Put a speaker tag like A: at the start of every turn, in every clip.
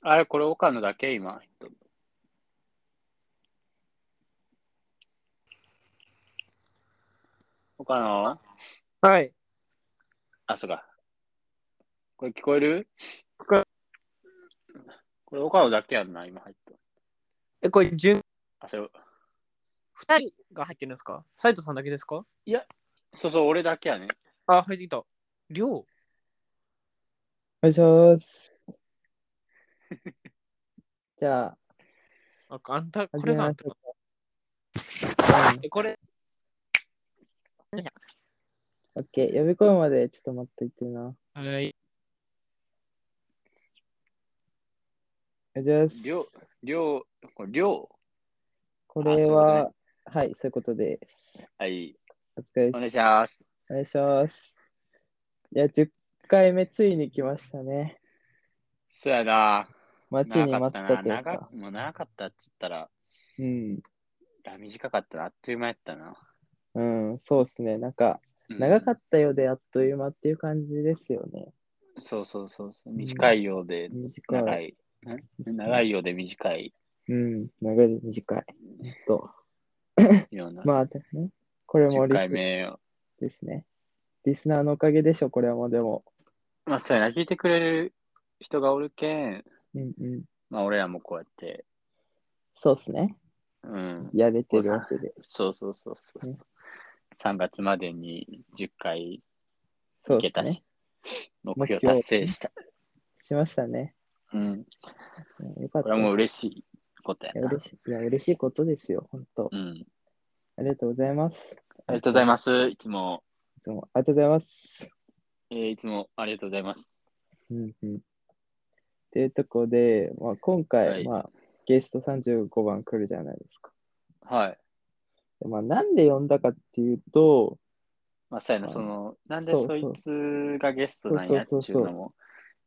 A: あれ、これ岡野だけ今。岡野
B: はい。
A: あ、そうか。これ聞こえる
B: 聞こえ
A: これ岡野だけやんな、今入った。
B: え、これ、順、
A: あ、それ、
B: 二人が入ってるんですか斉藤さんだけですか
A: そうそう、俺だけやね。
B: あ、入ってきた。りょ
C: お願いします。 じゃあ、
B: う。あ、あんた、こ
C: 始め
B: れがあ
C: ま
B: ん
C: したょ
B: か。
C: うか。
B: え、これ。
C: うん、オッケー。呼び込むまでちょっと待っていてな。
B: はい。
C: お願いします。
A: りょう、りょう、これ、りょ
C: これは、はい、そういうことです。
A: う。はい。
C: お疲れ
A: お願いし
C: す。
A: ます。
C: お願いします。いや、10回目ついに来ましたね。
A: そうやな。
C: 待ちに
A: 長か
C: 待
A: っ
C: っ
A: な。
C: たたという
A: 長
C: か。
A: もう長かったっつったら、
C: うん、
A: いや短かったな。あっという間やったな。
C: うん、そうですね。なんか、
A: うん
C: 長かったようであっという間っていう感じですよね。
A: そうそうそうそう。短いようで
C: 短い。
A: 長い。ん長いようで短い
C: うん、長い、短い。ほんと。
A: ような。
C: まあ、ね、これも
A: 10
C: リ
A: 回
C: ス
A: 目を。
C: ですね。リスナーのおかげでしょ、これはもうでも。
A: まあ、そうやな。聞いてくれる人がおるけん、
C: うんうん。
A: まあ、俺らもこうやって、
C: そうっすね。
A: うん。
C: やれてるわけで。
A: そうそうそうそう。
C: ね
A: 3月までに10回
C: そう
A: い
C: で
A: け
C: す
A: たし、
C: ね。
A: 目
C: 目
A: 標
C: 標
A: 達成した。
C: しましたね。
A: うん。
C: うんよか
A: こ
C: った。
A: れはもう
C: い
A: 嬉しいことや
C: や
A: な。
C: 嬉しい。いや、嬉しいことですよ、本当
A: うん。
C: ありがとうございます。
A: ありがとうござい
C: ま
A: ます。いつも。
C: す。いつもありがとうございます。
A: えーいつもありがとうございます。
C: うんうん。っていうとこで、まあ、今回、
A: はい
C: まあ、ゲスト35番来るじゃないですか。
A: はい。
C: でまあ、なんで呼んだかっていうと、
A: まあ、そうやな、
C: はい
A: その、なんで
C: そう
A: そい
C: そう
A: つがゲストなんやって
C: そう
A: い
C: そうそうう
A: のも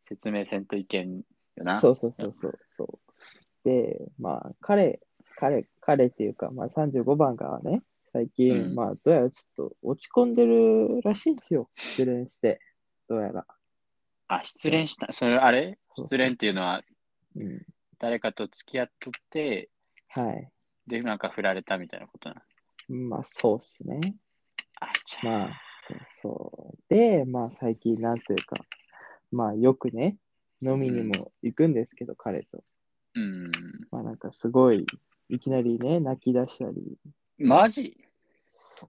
A: 説明せんといけんよな。
C: そうそうそうそうそう。で、まあ、彼、彼、彼っていうか、まあ、35番がね、最近、
A: うん
C: まあ、どうやらちょっと落ち込んでるらしいんですよ。失恋して、どうやら。
A: あ、失恋した。それ、あれ
C: そう
A: 失恋っていうのは、
C: うん。
A: 誰かと付き合っとって、
C: はい。
A: で、なんか振られたみたいなことな。
C: まあ、そうっすね。
A: あ、ちゃ、
C: まあ、そうそう。で、まあ、最近、なんというか、まあ、よくね、飲みにも行くんですけど、彼と。
A: うん。
C: まあ、なんか、すごい、いきなりね、泣き出したり、
A: マジ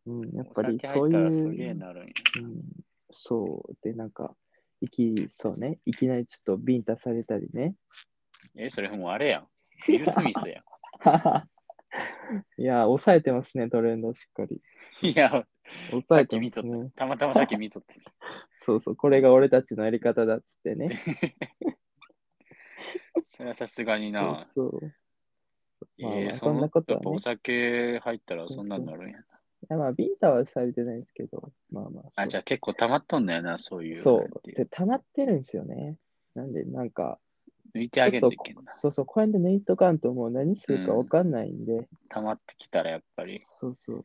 C: うん、やっ
A: お
C: ぱり
A: 酒
C: そ
A: 入
C: う
A: ったら
C: い
A: す
C: う。
A: げえなるんや。
C: うん、そう。で、なんか、いき、そうね、いきなりちょっとビンタされたりね。
A: え、それもうあれやん。ウィル・スミスや
C: いや、抑えてますね、トレンドをしっかり。
A: ん。いや、
C: 抑えてますね。
A: たまたまさっき見とって。
C: そうそう、これが俺たちのやり方だっつってね。
A: それはさすがに
C: そう
A: な。
C: そう。
A: え
C: まあま
A: ー
C: あ
A: そ
C: そん
A: の
C: なこと
A: や
C: は
A: っぱ
C: ね
A: お酒入ったらそんなんなるんやな。
C: いやまあ、ビンタはされてないんですけど、まあまあ。そう
A: あ、じゃあ結構溜まっとんだよな、そういう。
C: そう。で、溜まってるんですよね。なんで、なんか、
A: 抜いて
C: ち
A: あ
C: ょ
A: げ
C: っ
A: んと
C: と
A: いけんな、。
C: そうそう、こうやって抜いとかんともう何するかわかんないんで、
A: 溜まってきたらやっぱり
C: そうそう。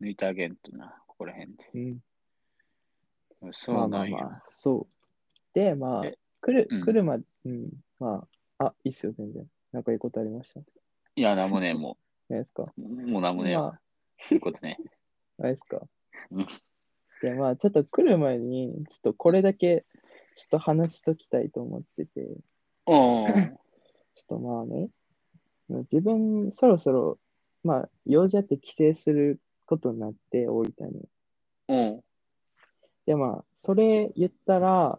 A: 抜いてあげんとな、ここら辺で。
C: うん。
A: そう
C: まあま
A: な
C: あ
A: んや。
C: まあ、そう。で、まあ
A: え、
C: 来る、
A: うん
C: 来るまで、うん、まあ、あ、いいっすよ、全然。なんかいいことありました。
A: いや、なんもねえ、も
C: ないですか。
A: う。もうなんもねえ
C: ま
A: わ
C: あ。、
A: そういうことね。
C: ないですか
A: うん。
C: で、まあ、ちょっと来る前に、ちょっとこれだけ、ちょっと話しときたいと思ってて、
A: おー
C: ちょっとまあね、自分、そろそろ、まあ、用事あって帰省することになって、大分に。
A: おう
C: で、まあ、それ言ったら、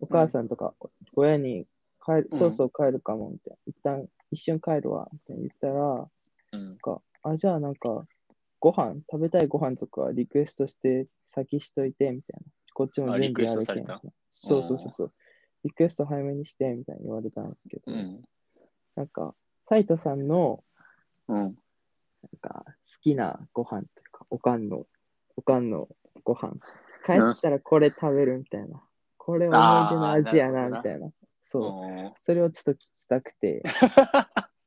C: お母さんとか、親に帰る、
A: うん
C: そうそう帰るかも、みたいな。一旦、一瞬帰るわ、みたいな言ったら、なん
A: うん。
C: か、あ、じゃあなんか、ご飯、食べたいご飯とかリクエストして、先しといて、みたいな。こっちも
A: あ
C: 準
A: リクエ
C: 備
A: ス
C: あ
A: ト
C: る
A: さ
C: け
A: れ
C: ん
A: た。
C: そうそうそうそう。リクエスト早めにして、みたいに言われたんですけど、
A: うん。
C: なんか、斉藤さんの、
A: うん。
C: なんか、好きなご飯というか、おかんの、おかんのご飯。帰ったらこれ食べるみたいな。これ思い出の味や
A: あ
C: な、
A: ーなるほどな
C: みたいな。そう。
A: おー
C: それをちょっと聞きたくて、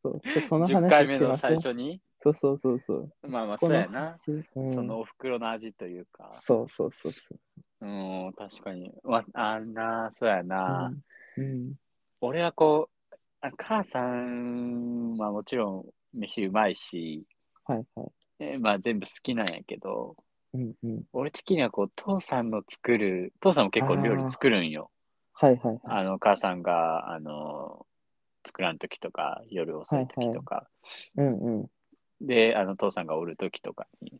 C: そう。ちょっとその
A: 10回
C: 話
A: 目
C: し
A: の
C: ましょ
A: 最
C: う。
A: 初に、
C: そうそうそうそう。
A: まあまあ、
C: こ
A: そう
C: の
A: やな。
C: 話うん
A: そのお袋の味というか。
C: そうそうそうそう。
A: うん、確かに。わあんな、そうやな。
C: うん。うん
A: 俺はこう、母さんはもちろん飯うまいし、
C: はいはい。
A: えまあ全部好きなんやけど、
C: うんうん。
A: 俺的にはこう、父さんの作る、父さんも結構料理作るんよ。
C: はいはいはい。
A: あの、母さんが、あの、作らん時とか、夜遅い時とか、
C: うんうん。
A: で、あの、父さんがおる時とかに、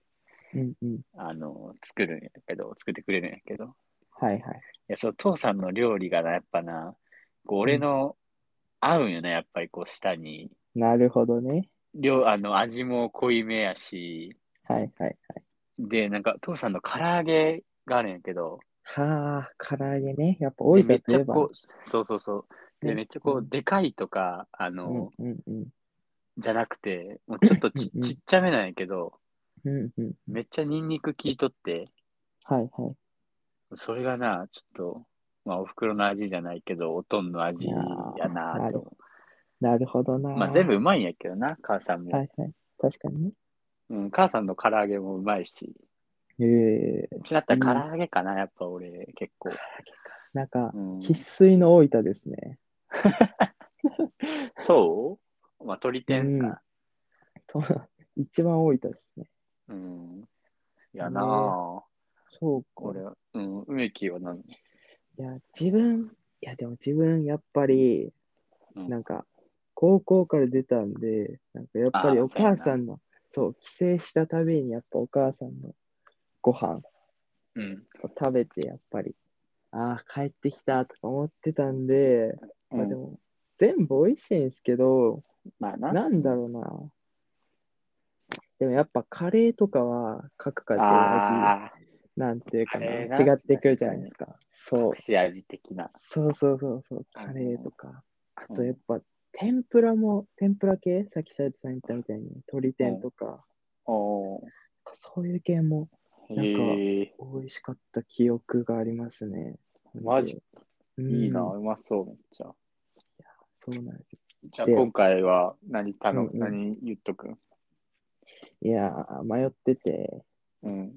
C: うんうん。
A: あの、作るんやけど、作ってくれるんやけど、い
C: はいはい。
A: や、そう、父さんの料理がな、やっぱな、こう俺の、合うんよね、やっぱりこう、舌に。
C: なるほどね。
A: 量、あの、味も濃いめやし、
C: はいはいはい。
A: で、なんか、父さんの唐揚げがあるんやけど、
C: はあ、唐揚げね。やっぱ多
A: で
C: い
A: めっ
C: かと
A: ち
C: いえ
A: ゃ
C: ば。
A: こう、そうそうそう。で、
C: ね
A: めっちゃこう、でかいとか、あの、
C: うんうんうん。
A: じゃなくて、もうちょっとち
C: うんうん
A: ちっちゃめなんやけど、
C: うんうん。
A: めっちゃニンニク効いとって、
C: はいはい。
A: それがな、ちょっと、まあ、お袋の味じゃないけど、おとんの味やなぁと思
C: なるほどな。
A: う。まあ、全部。うまいんやけどな、母さんも。
C: はいはい。確かにね。
A: うん、母さんの唐揚げもうまいし。
C: ええ
A: うちだったら唐揚げかな、やっぱ俺、結構。
C: なんか
A: う、ん、
C: 生粋の大分ですね。
A: そうまあ、鳥天か。
C: と一番大分ですね。
A: うん。やなぁ。
C: そうか。
A: 俺は、うん、梅木は何
C: いや、自分、いや、でも自分、やっぱり、
A: うん
C: なんか、高校から出たんで、なんかやっぱり
A: あー
C: お母さんの、そう、帰省したたびに、やっぱお母さんのご飯
A: うん。
C: を食べて、やっぱり、ああ、帰ってきたとか思ってたんで、まあでも、全部美味しいんですけど、
A: まあな。
C: なんだろうな。でもやっぱカレーとかは各家庭味
A: ああ、
C: なんていうかな
A: カレーな
C: 違ってくるじゃないですか。そう
A: 隠。し味的な。
C: そうそうそうそう、
A: うん
C: カレーとか。
A: うん
C: あとやっぱ、天ぷらも、天ぷら系さっき斉藤さん言ったみたいに、鶏天とか、
A: おー
C: そういう系もなんか
A: へえ
C: 美味しかった記憶がありますね。
A: マジ
C: うん
A: いいな、うまそう、めっちゃ。
C: そうなんですよ。
A: じゃあ
C: で
A: 今回は何頼む、
C: うんうん
A: 何言っとく
C: いやー、迷ってて、
A: うん。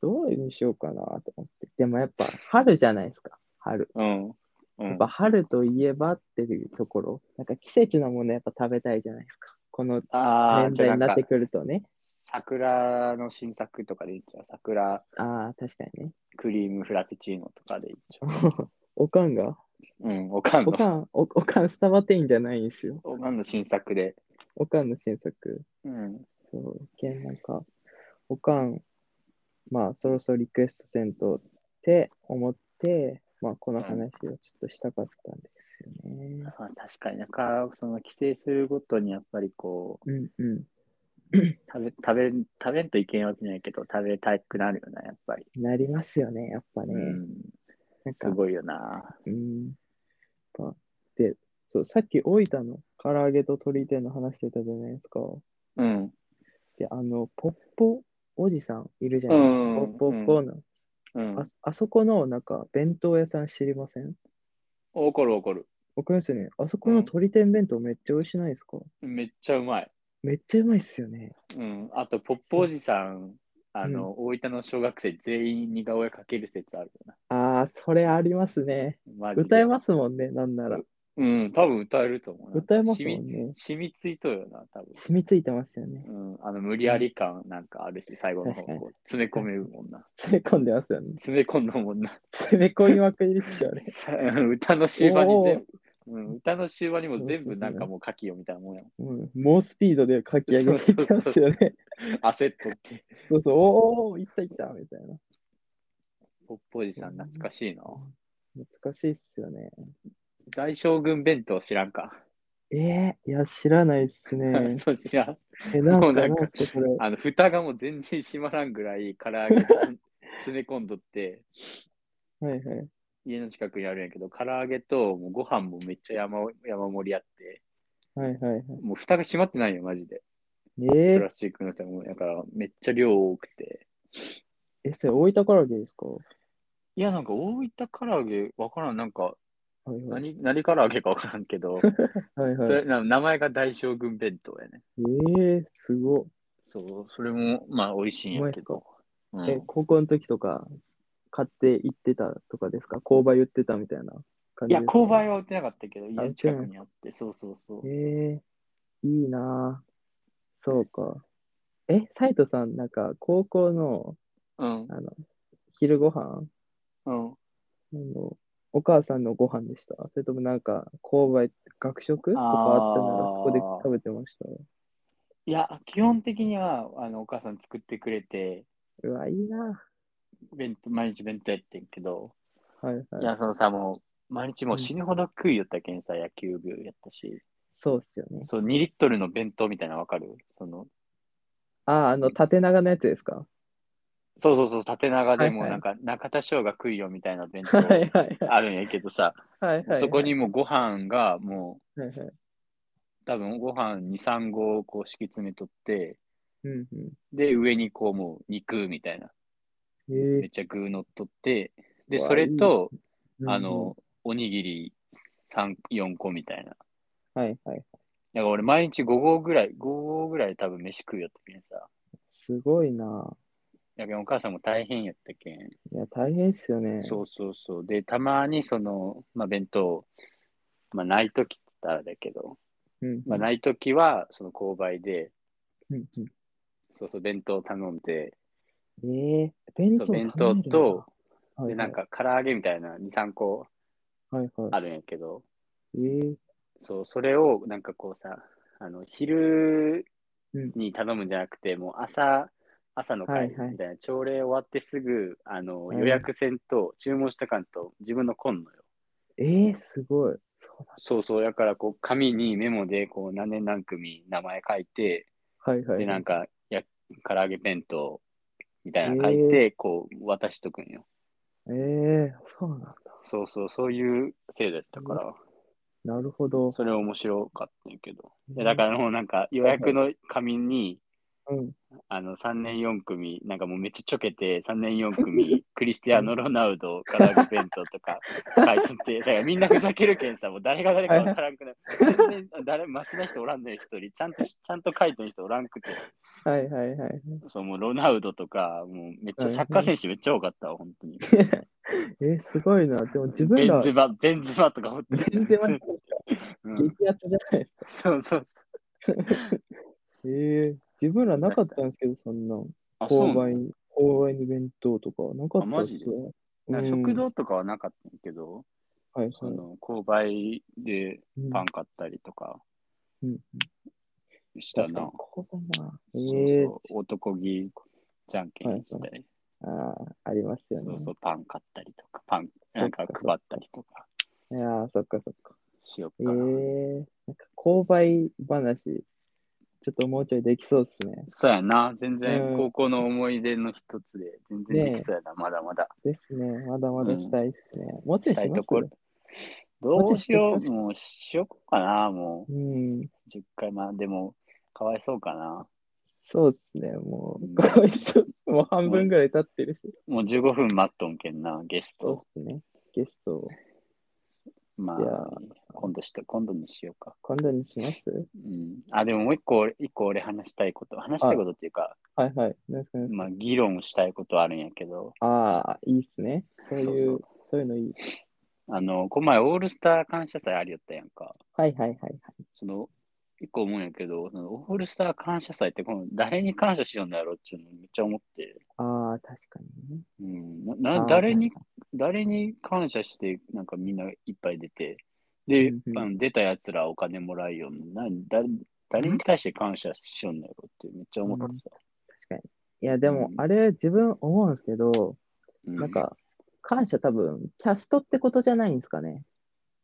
C: どういうにしようかなと思って。でもやっぱ、春じゃないですか。春。
A: うん。う
C: やっ
A: ん
C: ぱ。春といえばっていうところ、なんか季節のものやっぱ食べたいじゃないですか。この
A: ああ、
C: 年
A: じゃ
C: 代
A: あ
C: に
A: な
C: なんっ
A: か
C: て、くるとね。
A: 桜の新作とかでいいんちゃう桜
C: ああ、確かにね。
A: クリームフラペチーノとかでいいんちゃ
C: おかんが
A: ううん、おかん
C: お
A: の、
C: かん、おおかんスタバ店員じゃないんですよ。
A: おかんの新作で。
C: おかんの新作。
A: うん。
C: そう、けんなんか、おかん、まあ、そろそろリクエストせんとって思って、まあ、この話をちょっとしたかったんですよね。
A: まあ確かになんか、その帰省するごとにやっぱりこう、
C: うんう
A: 食べ、食べん、食べんといけんわけないけど、食べたくなるよな、やっぱり。
C: ん。なりますよね、やっぱね。
A: うん。
C: なんか
A: す、ごいよな。
C: うん。やっぱで、そう、さっき大分の唐揚げと鶏天の話してたじゃないですか。
A: うん。
C: で、あの、ポッポおじさんいるじゃないですか。
A: うん
C: ポッポポの。
A: うん
C: あ。あそこのなんか弁当屋さん知りません
A: 怒る怒る。
C: わかりますよね。あそこの鶏天弁当めっちゃ美味しないですか、
A: めっちゃうまい。
C: めっちゃうまいっすよね。
A: うん。あと、ポップおじさん、あの、大分の小学生全員似顔絵描ける説あるよな。
C: ああ、それありますね。
A: マジで。
C: 歌えますもんね、なんなら。
A: うん、多分歌えると思うな。
C: 歌えます
A: 染
C: も
A: み
C: んね。
A: 染みついとるよな、多 分。
C: 染みついてますよね。
A: うん、あの無理やり感なんかあるし、最後の方
C: 確かに
A: こう詰め込めるもんな。
C: 詰め込んでますよね。
A: 詰め込んだもんな。
C: 詰め込みまくりですよね。
A: 歌の終盤に全
C: おー
A: 部、うん、歌の終盤にも全
C: そうそうそ
A: 部
C: う
A: なんかもう書きよみたいなもんやも
C: うん、猛スピードで書き上げていきますよね。
A: ん。焦っとって。
C: そうそう、おーおー、いったいったみたいな。
A: ポップおじさん懐かしいな。
C: 難しいっすよね。
A: 大将軍弁当知らんか。
C: えー、いや、知らないっすね。
A: そう知らん。
C: え、な
A: も
C: んか、
A: うなんか
C: なんすかこれ。
A: あの、蓋がもう全然閉まらんぐらい唐揚げつ 詰め込んどって、
C: はいはい。
A: 家の近くにあるんやけど、唐揚げともうご飯もめっちゃ山山盛りあって、
C: はいはいはい。
A: もう蓋が閉まってないよ、マジで。
C: え
A: プ
C: ー
A: ラ、スチックの蓋も、だからめっちゃ量多くて。
C: え、それ大分からでいいですか
A: いや、なんか大分唐揚げ、わからん、なんか
C: はいはい。
A: 何、何唐揚げかわからんけ ど、
C: はいはい
A: そ。れな名前が大将軍弁当やね。
C: ええすごっ。
A: そう、それも、まあ、美味しいんやけど。う
C: え
A: ん、、
C: 高校の時とか、買って行ってたとかですか購買言ってたみたいな感
A: い
C: じ
A: や、
C: ですね
A: 勾配は売ってなかったけど、家
C: あ売
A: の
C: って
A: 近
C: ない
A: くにあって、そうそうそう。
C: ええいいなぁそうか。え、斉藤さん、なんか、高校の、
A: うん、
C: あの、昼ご飯
A: うん。
C: あのお母さんのご飯でしたそれともなんか、購買、学食とかあったなら、
A: あー
C: そこで食べてました。
A: いや、基本的には、あの、お母さん作ってくれて、
C: うわ、いいな
A: 弁当毎日弁当やってんけど、
C: ぁはい
A: い
C: は
A: や、
C: い。
A: そのさ、もう、毎日もう死ぬほど食いよったけんさ、野球部やったし、
C: そうっすよね。
A: そう、2リットルの弁当みたいなのわかるその、
C: あー、あの、縦長のやつですか
A: そうそうそう、縦長でも
C: は
A: う
C: いは
A: ないんか、中田翔が食いよみたいな弁当
C: はいはいはい。
A: あるんやけどさ、
C: はいはいはい
A: そこにもうご飯がも
C: はいはい。
A: う、多分ご飯2、3合をこう敷き詰めとって、
C: うんうん。
A: で、上にこうもう肉みたいな、
C: え
A: めっちゃ具乗っとって、で、
C: うわ
A: それと、
C: え
A: あ、の、おにぎり3、4個みたいな。
C: うんはいはい。
A: だから俺毎日5合ぐらい、5合ぐらい多分飯食うよったけんさ。
C: すごいなぁ
A: だけどお母さんも大変やったけん。
C: いや、大変っすよね。
A: そうそうそう。で、たまにその、まあ弁当、まあないときって言ったらあれだけど、
C: うん。
A: まあないときはその購買で、
C: うんうん
A: そうそう弁当頼んで、
C: ええ弁
A: そ
C: 当
A: う弁当と、
C: 頼め
A: で、
C: るんだ、
A: なんか唐揚げみたいな2、3個
C: はいはい、はいは
A: あるんやけど、
C: い。え
A: そう、それをなんかこうさ、あの、昼
C: うん
A: に頼むんじゃなくて、もう朝、朝の
C: は
A: 会
C: いはい
A: みたいな、朝礼終わってすぐ、あの、
C: うん
A: 予約せんと、注文したかんと、自分の来んのよ。
C: えええすごい。そうだ。
A: そうそう、だからこう、紙にメモで、こう、何年何組名前書いて、
C: はいはい。
A: で、なん
C: か、
A: か、や、唐揚げ弁当みたいなの書いて、こう、渡しとくんよ。
C: ええそうなんだ。
A: そうそう、そういう制度やったから、
C: なるほど。
A: それ面白かったんやけど。
C: うん
A: でだからもうなんか、予約の紙に、
C: うん。
A: あの3年4組、なんかもうめっちゃちょけて、3年4組、クリスティアーノ・ロナウド、唐揚げ弁当とか書いてて、だからみんなふざけるけんさ、もう誰が誰かわからんくなる。全然誰、マシな人おらんねん、一人。ちゃんと、ちゃんと書いてる人おらんくて。
C: はいはいはい。
A: そう、もうロナウドとか、もうめっちゃサッカー選手めっちゃ多かったわ、本当に。
C: ええすごいな。でも自
A: ベ
C: 分
A: ン
C: ら、
A: ズバ、ベンズバとか本当に。
C: 全然激
A: うん、
C: アツじゃないですか。
A: そうそう。
C: ええ自分らなかったんですけど、そんな。
A: あ、そう
C: 購
A: な
C: 買に、購買に弁当とか、なかったっすよ。
A: んだ
C: うん
A: 食堂とかはなかったんやけど、
C: はいはい。
A: その、購買で
C: うん
A: パン買ったりとか
C: うん
A: した
C: 確かに
A: な。
C: ここだな。ええ
A: そうそう男気じゃんけんしたり、
C: ああ、ありますよね。
A: そうそう、パン買ったりとか、パン
C: そっ
A: な
C: か
A: んか配ったりとか
C: いやーそっかそっか。
A: しよ
C: え
A: っ
C: え
A: かな。
C: なんか購買話、ちょっともうちょいできそうですね。
A: そうやな、全
C: う
A: 然
C: ん
A: 高校の思い出の一つで、全然できそうやな、まだまだ。
C: ですね。まだまだしたいですね。もうちょい
A: した
C: し
A: い
C: ます
A: ところ。どうしよう、もうしよっかな、も
C: うん。
A: う10回な、でも、かわいそうかな。
C: そうですね。も
A: うん
C: う、かわいそう。もう半分ぐらい経ってるし。
A: もう15分待っとんけんな、ゲス
C: そうで
A: ト。
C: すね。ゲストを
A: ま
C: じゃあ
A: あ、今度して、今度にしようか。
C: 今度にします
A: うん。あ、でももう一個、一個俺話したいこと、話したいことっていうか、
C: はいはい。なんですかなんですか
A: まあ、議論したいことはあるんやけど、
C: ああ、いいっすね。そういう、
A: そ
C: そうういうのいい。
A: あの、この前、オールスター感謝祭ありよったやんか。
C: はいはいはいはい。
A: その、一個思うんやけど、そのオールスター感謝祭って、この誰に感謝しようんだろうっていうのめっちゃ思って、
C: ああ、確かにね。
A: うん、な
C: あ
A: な
C: ー
A: 誰に
C: 確か
A: 誰に感謝して、なんかみんないっぱい出て、で、
C: うんうん
A: あの出たやつらお金もらいよんなだ誰に対して感謝しようんだろうってめっちゃ思ってた。
C: 確かに。いや、でも
A: う、ん
C: あれ、自分思うんですけど、
A: う
C: なん、か、感謝多分、キャストってことじゃないんですかね。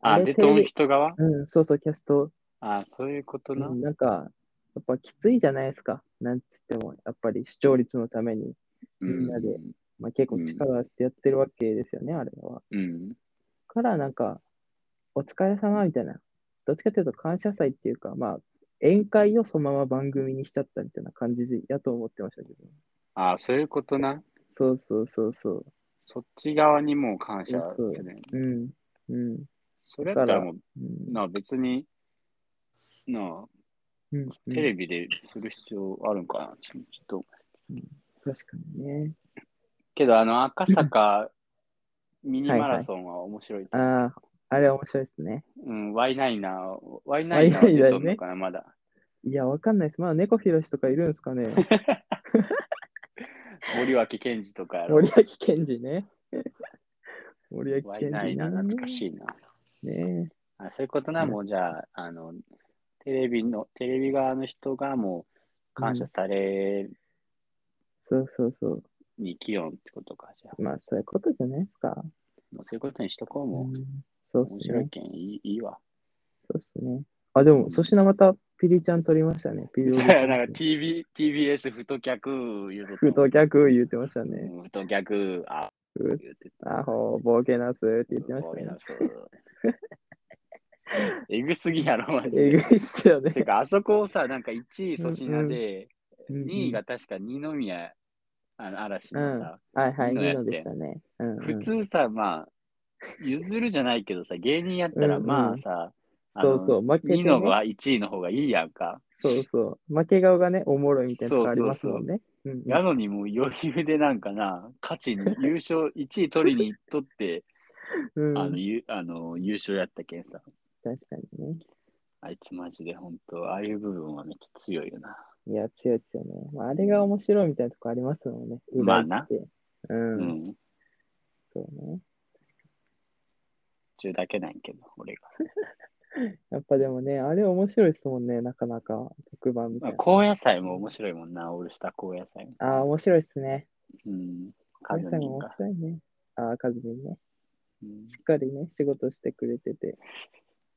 A: あ、
C: れ
A: で、
C: テ
A: と
C: レ
A: ん
C: ビ
A: 人側
C: うん、そうそう、キャスト。
A: あ、そういうこと
C: う
A: な。
C: んなんか、やっぱきついじゃないですか。なんつっても、やっぱり視聴率のために、
A: う
C: みんなでまあ、結構力をしてやってるわけですよね、あれは。
A: うん。
C: から、なんか、お疲れ様みたいな。どっちかというと、感謝祭っていうか、まあ、宴会をそのまま番組にしちゃったみたいな感じやと思ってましたけど。
A: あ、そういうことな。
C: そうそうそうそう。
A: そっち側にもう感謝す
C: そう
A: るね。
C: うん。うん。
A: それやったらもう、
C: うん
A: なあ別に、なあ
C: うん、
A: テレビでする必要あるんかな、ちょちょっと。
C: うん確かにね。
A: けど、あの、赤坂ミニマラソンは面白い。
C: ああ、あれ面白いですね。
A: うん、Y9 な、Y9 な出とんのかな、まだ。
C: いや、わかんないです。まだ猫ひろしとかいるんです かね。
A: 森脇健児とかやろ。
C: 森脇健児ね。 森脇健
A: Y9
C: 児
A: な、
C: な。
A: 懐かしいな。
C: ね
A: あそういうことな、
C: うん
A: もうじゃあ、あの、テレビの、テレビ側の人がもう感謝され
C: そうそうそう。
A: に気温ってことか、じゃあ、
C: まあ、そういうことじゃないですか。
A: もうそういうことにしとこう、
C: う
A: も
C: ん
A: う。
C: そうっ
A: 面
C: す
A: 白
C: ね
A: い。けん、いいいいわ。
C: そうっすね。あ、でも、粗品またピリちゃん取りましたね。ピリオ
A: そ
C: ち
A: う
C: ゃ
A: や、
C: ん
A: なんか TV TBS ふと客言うと
C: ふと逆言ってましたね。
A: ふと客、あ、
C: う
A: 言うて
C: あほう、ボケなすって言ってましたね。
A: えぐすぎやろ、マジ
C: えぐ
A: で。
C: いっすよね
A: て。か、あそこをさ、なんか1位粗品で、
C: うんうん
A: 2位が確か二宮、あの嵐のさ、
C: はいは
A: いい
C: い、い
A: の
C: い
A: やって
C: のでしたね。うんうん
A: 普通さ、まあ、譲るじゃないけどさ、芸人やったら、
C: うんうん
A: まあさ、あ
C: そ
A: の
C: うそう、負けて、
A: ニノ
C: ね。
A: が1位の方がいいやんか。
C: そうそう。負け顔がね、おもろいみたいなとこありますもんね。うんうん
A: やのにもう余裕でなんかな、勝ちに優勝、1位取りに行っとって、
C: うん
A: あのゆあの優勝やったけんさ、
C: 確かにね。
A: あいつマジで本当、ああいう部分はめっちゃ強いよな。
C: いや、強いですよね。まあ、あれが面白いみたいなとこありますもんね。
A: まあな
C: 裏行って。うん、
A: うん。
C: そうね。
A: 中だけなんやけど、俺が。
C: やっぱでもね、あれ面白いですもんね、なかなか。特番みた
A: ま
C: い
A: あ、
C: な。
A: 高野菜も面白いもんな、オールスター高野菜。
C: ああー、面白いですね。
A: うん。
C: カ
A: カ
C: ズ
A: ズ
C: さん
A: ミ
C: も
A: ン
C: 面
A: か。
C: 白いね。ああ、カズミンね。
A: うん
C: しっかりね、仕事してくれてて。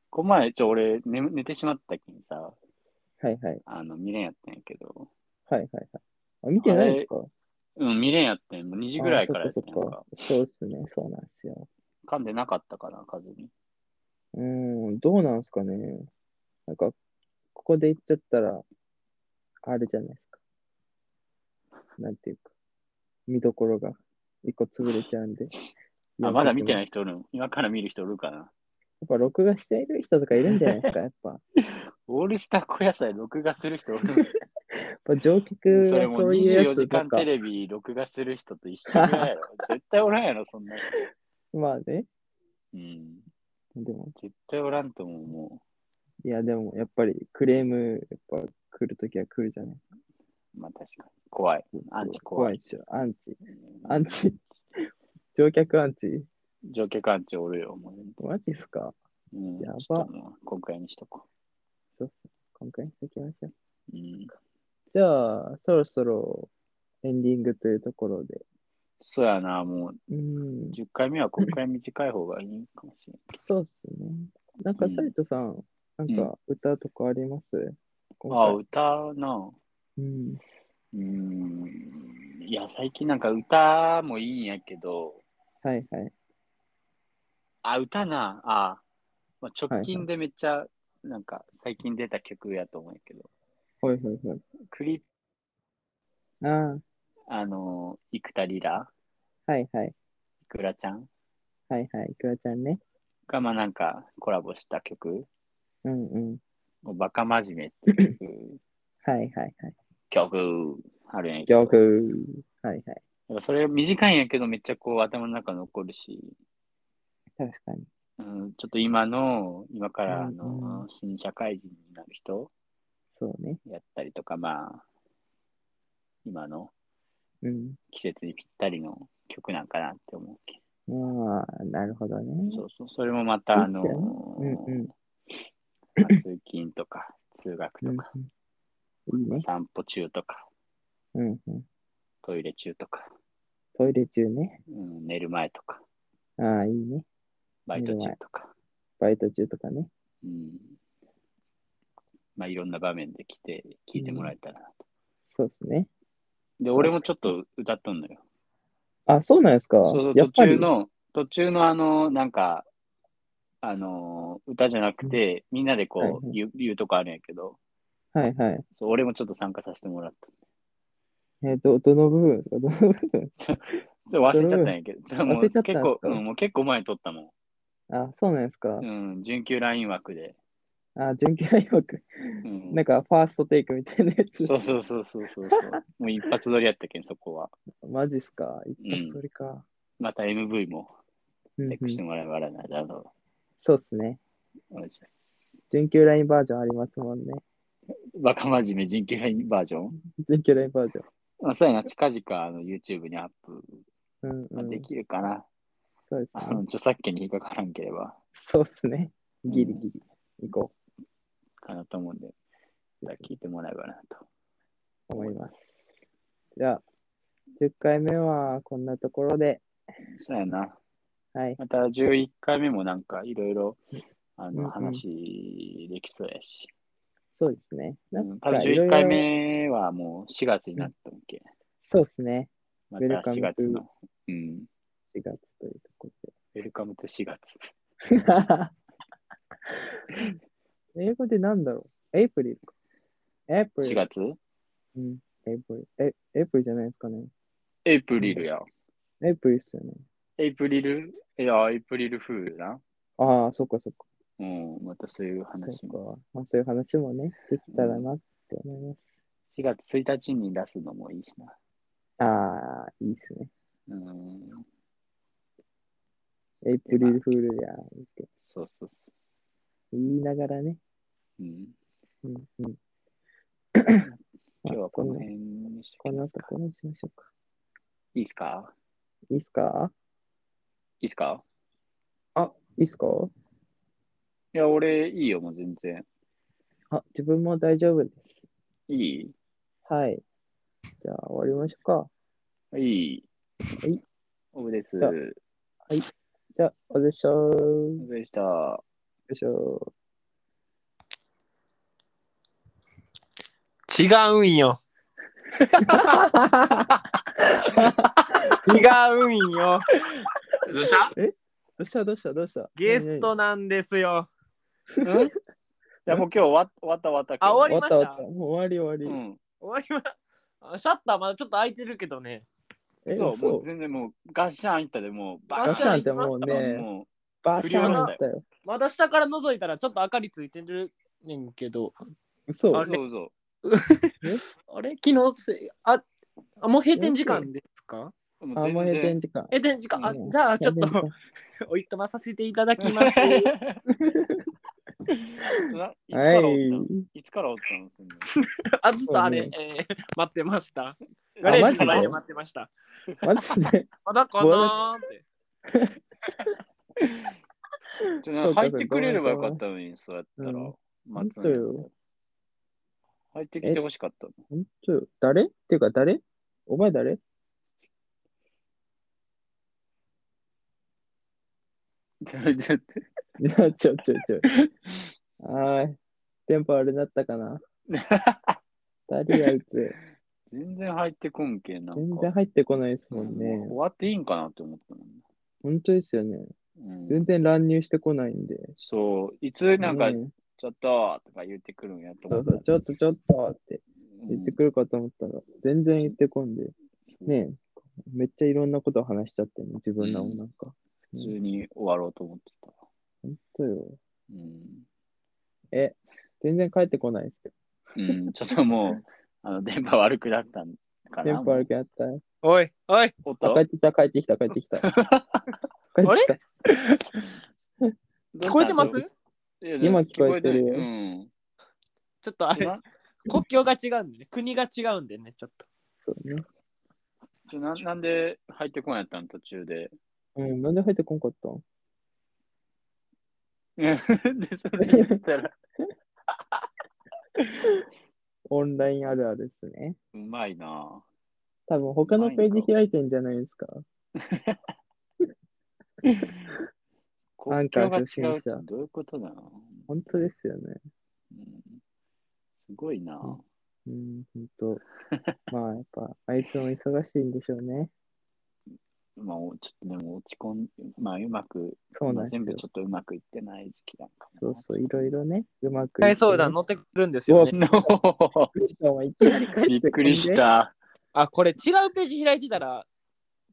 A: この前、ちょ、俺寝、寝てしまったきにさ、
C: はいはい。
A: あの、見れんやったんやけど、
C: はいはいはい。あ見てないんですか
A: うん、見れんやったんや。もう2時ぐらいから
C: あ
A: や
C: ー
A: った
C: そっ
A: んやん
C: かそっ
A: か
C: か。。そうっすね、そうなんですよ。
A: 噛んでなかったかな、カズミ。
C: うーん、どうなんすかね。なんか、ここで言っちゃったら、あれじゃないですか。なんていうか、見どころが一個潰れちゃうんで。。
A: あ、まだ見てないい人おるん今から見る人おるかな。
C: やっぱ録画している人とかいるんじゃな いですか、やっぱ。や
A: オールスター高野菜録画する人おるん
C: っぱ乗客は
A: それも
C: そういう
A: 24
C: やつ
A: 時
C: ばっ
A: 間
C: か
A: テ。レビ録画する人と一緒ぐらいやろ。絶対おらんやろ、そんな人。
C: まあね。
A: うん。
C: でも、
A: 絶対おらんと思う、もう。
C: いやでも、やっぱりクレーム、やっぱ来るときは来るじゃないですか。
A: まあ確かに。怖い。アンチ怖い
C: でしょ。アンチ。アンチ。 乗客アンチ。
A: 乗客アンチおるよ、もう全
C: マジっすか
A: 然。うん、
C: やば
A: ちょっともう今回にしとこ
C: そうっす。今回にしていきましょう。
A: う。うん。
C: じゃあ、そろそろエンディングというところで。
A: そうやな、もう
C: うん、
A: 10回目は今回短い方がいいかもしれない。
C: そうっすね。なんか、
A: うん
C: サイトさん、なんか歌とかあります、今
A: あ、
C: 回
A: 歌な。
C: うん。
A: うん。いや、最近なんか歌もいいんやけど、
C: はいはい。
A: あ、歌な。あ、まあ、直
C: はいは
A: 近でめっちゃ、なんか最近出た曲やと思うんやけど、
C: ほいほいほい。
A: クリ
C: ああ、
A: あの、生田リラ、
C: はいはい。
A: いくらちゃん
C: はいはい。いくらちゃんね。
A: が、まあなんかコラボした曲。
C: うんうん。
A: バカ真面目って いう
C: はいはいはい。
A: 曲あるんやけど。
C: よく。はいはい。
A: やっぱそれ短いんやけど、めっちゃこう頭の中残るし、
C: 確かに。
A: うん、ちょっと今の、今からあの、
C: うんう
A: 新社会人になる人
C: そうね。
A: やったりとか、まあ、今の
C: うん。
A: 季節にぴったりの曲なんかなって思うけ
C: まあ、なるほどね
A: ど。。そうそう、それもまたあの
C: いいっすよねうんうん
A: まあ通勤とか、通学
C: う
A: と
C: ん
A: か、
C: うん、いいね。
A: 散歩中とか、
C: うんうん。
A: トイレ中とか、
C: トイレ中ね。
A: うん、寝る前とか、
C: ああ、いいね。
A: バイト中とか。
C: バイト中とかね。
A: うんまあいろんな場面で来て、聞いてもらえたらなと。
C: そうですね。
A: で、俺もちょっと歌っとんのよ。
C: あ、そうなんですか。
A: そうそう途
C: やっぱ
A: 中
C: り。
A: の、途中のあの、なんか、あのー、歌じゃなくて、みんなでこう、
C: はいはい
A: 言う言うとこあるんやけど、
C: はいはい。
A: そう俺もちょっと参加させてもらった。
C: えー、ど、どの部分ですかどの部分
A: ちょっと忘れちゃったんやけど、ちょっともう
C: 忘れ
A: 結
C: ちゃったんす
A: 構、
C: か
A: うん、もう結構前に撮ったも
C: あ、そうなんですか
A: ん。。うん、準急ライン枠で。
C: あ、準備ライン枠。
A: うん、
C: なんか、ファーストテイクみたいなやつ。
A: そうそうそうそうそうそう。 もう一発撮りやったけん、そこは。
C: マジっすか。一発それか。
A: また MV も
C: うんう
A: チェックして
C: ん
A: もらえばらない。あの、
C: そうっすね。
A: お願いします。
C: 準急ラインバージョンありますもんね。
A: バカ真面目人気ラインバージョン。
C: 準急ラインバージョン。
A: まあ、そうやな、近々あの YouTube にアップ
C: うん、
A: が
C: うん
A: で。きるかな。
C: そうです
A: あ
C: ね
A: の。著作権に引っかからんければ、
C: そうっすね。ギリギリ。行こ
A: かなと思うんで、じゃあ聞いてもらえばなと。
C: うと思います。じゃあ、10回目はこんなところで。
A: そうやな。
C: はい。
A: また11回目もなんかいろいろあ
C: うんう
A: の
C: ん
A: 話できそうやし。
C: そうですね。
A: う、
C: なんん
A: た
C: か
A: だ
C: い
A: 11
C: ろいろ
A: 回。目はもう4月になったんけ。
C: そうですね。
A: ま
C: んウェル
A: た
C: カム
A: 4月の。うん。
C: 4月というとこ
A: ウェルカムと4月。
C: ろで。 英語でなんだろうエイプリルか。エイプリ
A: 4
C: ル。
A: 月
C: うん。エイプリル。え、エイプリルじゃないですかね。
A: エイプリルや。
C: エイプリルっすよね。
A: エイプリルいや、エイプリルフールな。
C: ああ、そっかそっか。
A: うん、またそういう
C: そ
A: 話も。
C: うか。まあ、そういう話もね、できたらなって思います。
A: 4月1日に出すのもいいしな。
C: ああ、いいですね。
A: うん、
C: エイプリルフールや、って
A: そうそうそ
C: 言いながらね。
A: う。うん、
C: うんうん。
A: 今日はこの辺
C: まあ
A: にし
C: そんなこんな
A: ますか。
C: ところにしましょうか。
A: いいっすか
C: いいっすか
A: いいっすか
C: いいっすか
A: いや、俺、いいよ、もう全然。
C: あ、自分も大丈夫です。
A: いい
C: はい。じゃあ終わりましょうか。
A: いい。
C: はい。
A: オブです。お
C: じゃあ
A: 疲
C: じゃあ、お疲れ様でしょう。
A: れ様でした。
C: でしょう。
B: 違うんよ。違うんよ。
A: どうした
C: どうしたどうしたどうした
B: ゲストなんですよ。
A: いや、もう今日終わ終わった終わった。
B: あ終
C: 終
B: わりま
C: わ
B: し
C: っ
B: た
C: た終わった。もう終わり終わ
A: うん。
B: 終わりまあシャッターまだちょっと開いてるけどね。
C: り。
A: そう、
C: 嘘
A: もう全然もうガッシャンいったで、もうバ
C: ガシャンってもう
A: ン
C: ね、
A: も
C: バシャンだったよ。
B: まだ下から覗いたらちょっと明かりついてるねんけど。
C: 嘘
A: う、
B: あ
A: あ
B: れ
A: そうそう。
B: あれ昨日せああもう閉店時間ですか
A: も
C: あ、
A: う
C: も
A: 閉
C: う閉
A: 店
C: 店時間。
B: 閉店時間あ
C: うん
B: じゃあちょっ
C: 閉店時
B: と
C: 間
B: おいとまさせていただ き ます。
A: ないつか
C: は
A: らおったの
C: い。
A: いつからおったの
B: あずっとあれ、
C: そう
B: えー待ってました。ガ
A: あ
B: レ
A: マ
B: ー
A: ジ
B: ジ
A: で
B: の前で待ってました。
C: マジで。
B: まだかなーって。
A: ちょな入ってくれればよかったのに、そうやったら
C: うん。
A: 松
C: 本当よ
A: 入ってきてほしかったの。
C: 本当よ誰っていうか誰お前誰
A: ちょっと
C: なちょちょちょ。はーい。テンポ悪なった かな誰やあいつ。
A: 全然入ってこんけん、なんか。
C: 全然入ってこないですも
A: うんん
C: ね
A: 終。わっていいんかなって思ったもん
C: 本当ですよね。
A: ね。うん
C: 全然乱入してこないんで。
A: そう、いつなんか、
C: ね
A: ちょっととか言ってくるんやと思
C: そう
A: った
C: そう、ちょっとちょっとって言ってくるかと思ったら、全然言ってこんで、
A: うん
C: ねえめっちゃいろんなこと話しちゃってね、自分らもなんか。
A: 普通に終わろうと思ってた。
C: 本当よ。
A: うん
C: 全然帰ってこないですけど。
A: うん、ちょっともう、あの、電波悪くなったんかな。
C: テンポ悪くやった。
B: おい、おい、
A: おっ
C: あ、
A: と
C: 帰ってきた、帰ってきた、帰っ てきた。帰ってきた。
B: 聞こえてます
A: どうしたいや
C: 今聞こえてる
A: 聞うん。
B: ちょっとあれ、
A: な
B: 国境が違うんでね、国が違うんでね、ちょっと。
C: そうね。
A: ちょななんで入ってこんやったん途中で。
C: うん、なんで入ってこんかったん
A: で、それ言ったら、
C: オンラインあるあるですね。
A: うまいな
C: 多分他のページ開いてんじゃないですか。
A: ぁ。
C: ア
A: 国
C: ンカ
A: 境
C: ー
A: が違
C: 初心者
A: うってどういうことなの、
C: 本当ですよね。
A: うん、すごいなぁ。
C: うん、本 当。まあ、やっぱ、あいつも忙しいんでしょうね。
A: まあ、おちょっとでも落ち込ん、まあ、うまく、
C: そうなんで
A: 全
C: す
A: 部
C: よ。
A: ちょっとうまくいってない時期なんかな。
C: そうそう、いろいろね、う
B: 一
C: まくいってね。
B: 回相談乗ってくるんです
C: う
B: よ
C: わ
B: ね。
A: No
C: びっくりしたお前いきなり帰ってこん で
A: びっくりし。た。
B: あ、これ違うページ開いてたら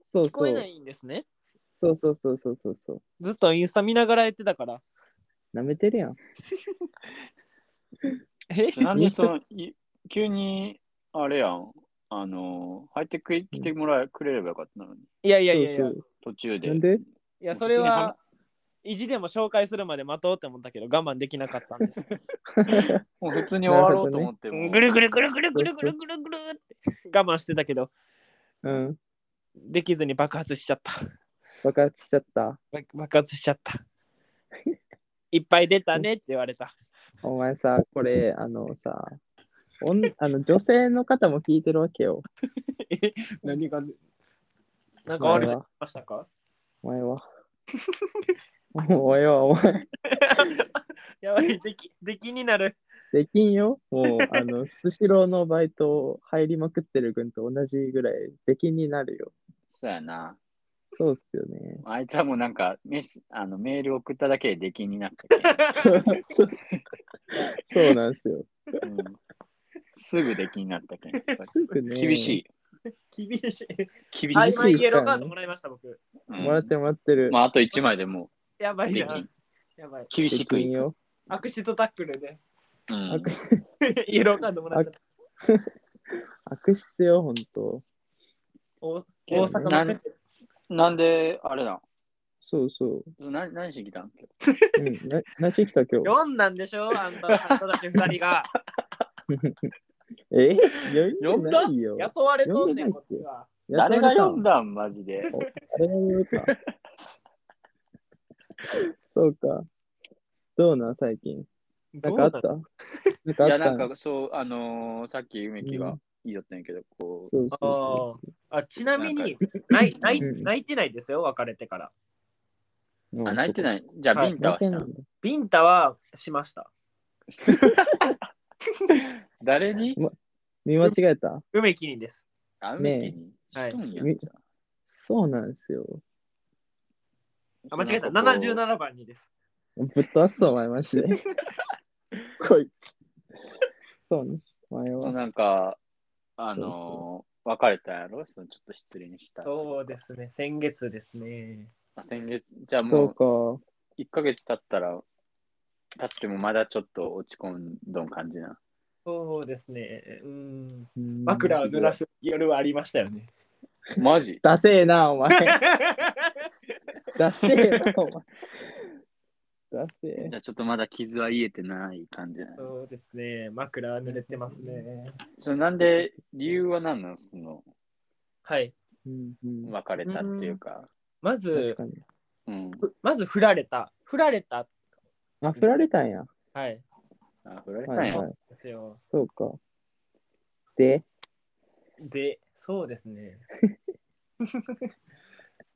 C: そう
B: 聞こ
C: そ
B: えな
C: う。
B: いんですね。
C: そうそうそうそうそうそう。
B: ずっとインスタ見ながらやってたから。
C: なめてるやん。
B: え
A: なんでその、い急に、あれやん、あの、入ってくい来てもらえ、くれればよかったのに、
B: いやいやいやい
C: そ
B: や
C: う、そう
A: 途中で。
C: なんで
B: いやそれは意地でも紹介するまで待とうって思ったけど、我慢できなかったん です。
D: もう普通に終わろうと思っても。
B: ぐるぐるぐるぐるぐるぐるぐるぐるって我慢してたけど、
C: うん。
B: できずに爆発しちゃった。
C: 爆発しちゃった。
B: ば爆発しちゃった。いっぱい出たねって言われた。
C: お前さ、これ、あのさ、おんあの女性の方も聞いてるわけよ。
B: 何がなんか悪い
C: お前
B: ことあり
C: は。
B: ましたか
C: お前は。お前は、 お前。
B: やばい、でき、できになる。
C: できんよ。もう、あの、スシローのバイト入りまくってる分と同じぐらい、出禁になるよ。
A: そうやな。
C: そうっすよね。
A: あいつはもうなんかメスあのメール送っただけで出禁になったけ
C: そうそうそうなんですよ。
A: ん、うんすぐ出禁になったけん。
C: すぐ ね
A: 厳しい。
B: 厳しい。
A: 厳
B: あ、
A: しい。
B: 今イエローカードもらいました、僕。
A: うん
C: もらってもらってる。
A: まあ、あと1枚でも
B: やば
A: う
B: い
A: 出
B: な
A: 禁。。
B: やばい。
A: 厳
C: 出
A: しく
C: 禁
A: いく。
C: よ。
B: アクシとタックルで。
A: うん
C: 悪
B: イエローカードもらっちゃった。
C: 悪質よ、ほんと。
B: お
A: けど
B: 大阪のペペ
A: なんで、あれだ。
C: そうそう。
A: な何しに来たん
C: うん、な何してきた今日。
B: 読んだんでしょあんたあんただけ二人 が。
C: え読んでないよ。
B: 雇われとんねん、こ
C: 読ん
B: っち
C: で
B: は。
A: 誰が読ん
C: だ
A: だんマジで。
C: 誰が読んだ そうか。どうなん、最近。なんかあったなんか
A: いや、
C: あった
A: なんかそう、あのーさっき梅木
C: う
A: が
C: ん
A: 言いよったんやけど、こう、
C: そうそうそ
B: あちなみに 泣い泣い
C: うん
B: 泣いてないですよ、別れてから。
C: うそう。
A: あ、泣いて
C: い。
A: ない。じゃあ、
B: は
A: ビ
B: い
A: ンタは
C: 泣い
A: してた
C: ない
A: の。
B: ビンタはしました。
A: 誰に
C: 見間違えた
B: 梅木にです。
A: あ、
C: ねえ
A: 梅木に。しとんや
C: は
A: ん
C: い
A: じゃあ
C: そうなんですよ。
B: あ、間違えた。
A: なんかこう
B: 77番にです。
C: ぶっ飛ばすぞ、お前、マジで。こいつ。そうね。お前
A: そう
C: は。
A: なんか、あ
C: そう
A: のー別れたやろそのちょっと失礼にした。
B: そうですね、先月ですね。
A: まあ先月、じゃあ
C: そ
A: も
C: う
A: う、
C: か。
A: 1ヶ月経ったら、経ってもまだちょっと落ち込んどん感じな。
B: そうですね。うん。
C: うん
B: 枕を濡らす夜はありましたよ ね。
A: マ ジ
C: ダセえな、お 前。ダセえな、お前。ダセえ
A: じ。ゃあちょっとまだ傷は癒えてない感じな。
B: そうですね、枕は濡れてますね。
A: それなんで、理由は何なのその、
B: はい。
C: うんうん、
A: 別れたっていうか。
B: ま
C: 確
B: ず
C: か、に。
A: うん。
B: ふまず振られた。振られた。
C: あ、振られたんや。
B: はい。
A: あ、振られたん
C: はい
A: や。
C: はい。
B: ですよ。
C: そうか。で、
B: で、そうですね。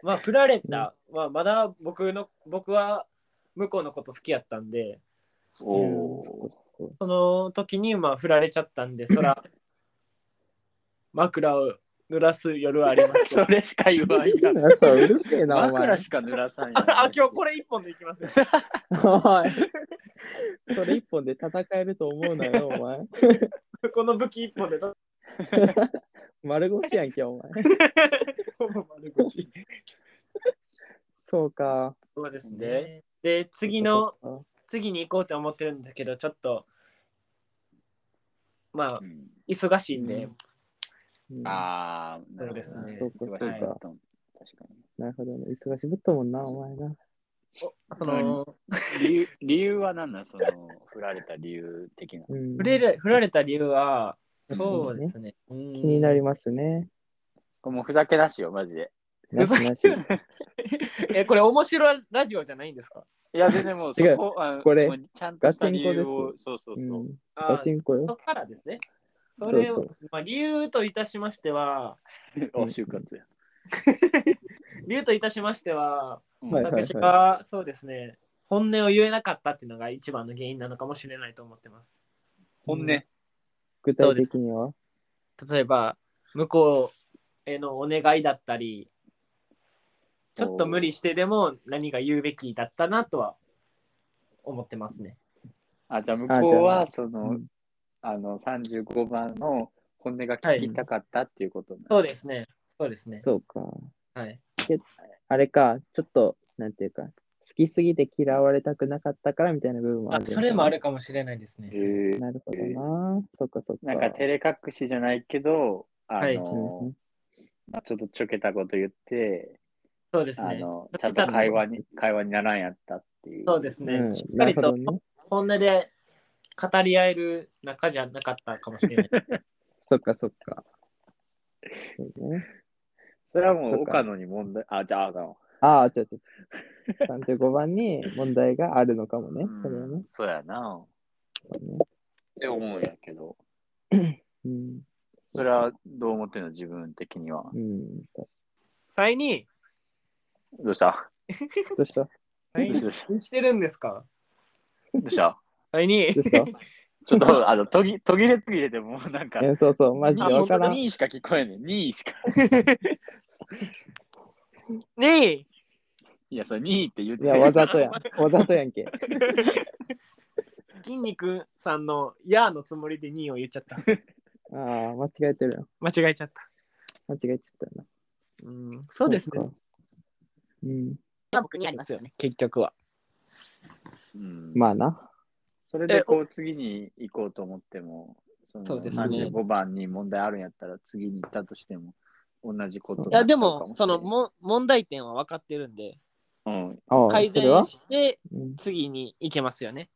B: まあ、振られた。まあ、まだ僕の、僕は向こうのこと好きやったんで、
A: お
C: うんそこ
A: お。
C: そこ
B: その時に、まあ、振られちゃったんで、そ ら、枕を濡らす夜はありまし
A: そ
B: た。
A: れしか言わんやん。
C: あそううるせえな、お前
A: 枕。しか濡らさ んやん。
B: あ、今日これ一本でいきますよ。
C: おい。それ一本で戦えると思うなよ、お前。
B: この武器一 本で。ほ
C: 丸腰やんけ、お前。
B: ぼ丸腰
C: そうか。
B: そうですね。で、次の
C: そっか。
B: 次に行こうって思ってるんですけどちょっとまあ
A: うん
B: 忙しいんで、
C: うん
A: ああ、なるほどな
B: そうですね
C: そうか
A: 忙しい
C: そうか
A: こと確か
C: なるほどね。忙しぶったもんな、お前な。
B: その
A: に。理由理由は何なんその、振られた理由的な。
C: うん
B: 振れる振られた理由はそうですね
C: 気になり
B: ま
C: ますね。
A: もうふざけなしよ、マジで。
C: なしなし。
B: すえこれ面白いラジオじゃないんですか
A: いや、全然もう、
C: 違う
A: そあ
C: これ
A: もうちゃんとした理由
C: ガ
A: を、そうそう
C: う
A: そう。
C: ん。
B: あ
C: ガチ
B: ー
C: ンコ
B: そ
C: よ。
B: こからですねそれを
C: そう
B: まあ、理由といたしましては
A: お就活や。
B: 理由といたしましては
A: うん
C: はい
B: 私はそうですね本音を言えなかったっていうのが一番の原因なのかもしれないと思ってます
A: 本音。
C: 具体的には。
B: 例えば向こうへのお願いだったりちょっと無理してでも何が言うべきだったなとは思ってますね。
A: あ、じゃあ向こう
C: あ
A: は、
C: じ
A: そうの
C: ん、
A: あの、35番の本音が聞きたかったっていうことなの
B: そうですね。そうですね。
C: そうか。
B: はい。
C: あれか、ちょっと、なんていうか、好きすぎて嫌われたくなかったからみたいな部分もあ
B: あ
C: る、
B: それもあ。るかもしれないですね。
A: へえ
C: なるほどな。そっかそっか。
A: なんか照れ隠しじゃないけど、あ
B: はい
C: うんう
A: の
C: ん、
A: まあちょっとちょけたこと言って、
B: そうです
A: あ
B: ね。
A: の、ちゃんと会話に、会話にならんやったっていう。
B: そうですね。
C: うん
B: しっかり
C: な
B: と
C: るほどね
B: 本音で語り合える仲じゃなかったかもしれ ない。
C: そっかそっか。そうね、
A: それはも
C: そううか
A: 岡野に問題、あ、じゃあ、あの、
C: ああ、ちょっと。35番に問題があるのかもね。それはね。
A: そうやな。
C: そうね
A: って思うんやけど、
C: うん。
A: それはどう思ってんの自分的には。
C: うん。
B: サイ に、
A: どうした
C: どうしたど
B: サイ
A: どうした どうし
B: ンしてるんですか
A: たどうした
B: サイ に
C: う、した
A: ちょっと、あの、途切途切れ途切れてもうなんか、
C: えそうそう、マジで
A: あ
C: わ
A: 本
C: か
A: 当
C: らん。
A: に2位しか聞こえんねん。2位しか。
B: ね
A: いや、それ2位って言って
C: いや、わざとやん。わざとやんけ。
B: え、筋肉さんの「や」のつもりで2を言っちゃった。
C: ああ、間違えてるよ。
B: 間違えちゃった。
C: 間違えちゃったな。
B: うん、そうですね。
C: っか。うん。
B: 僕にありますよね、結局は。
A: うん
C: まあな。
A: それでこう次に行こうと思っても、その
B: そうですね
A: 35番に問題あるんやったら次に行ったとしても同じこと
C: そう
B: いや、で
A: になっちゃうか
B: も、
A: し
B: そ
A: れ
B: の
A: ん
B: も問題点は分かってるんで、
C: ああ、
B: 改
C: それは
B: 善、して
C: うん、
B: 次に行けますよね。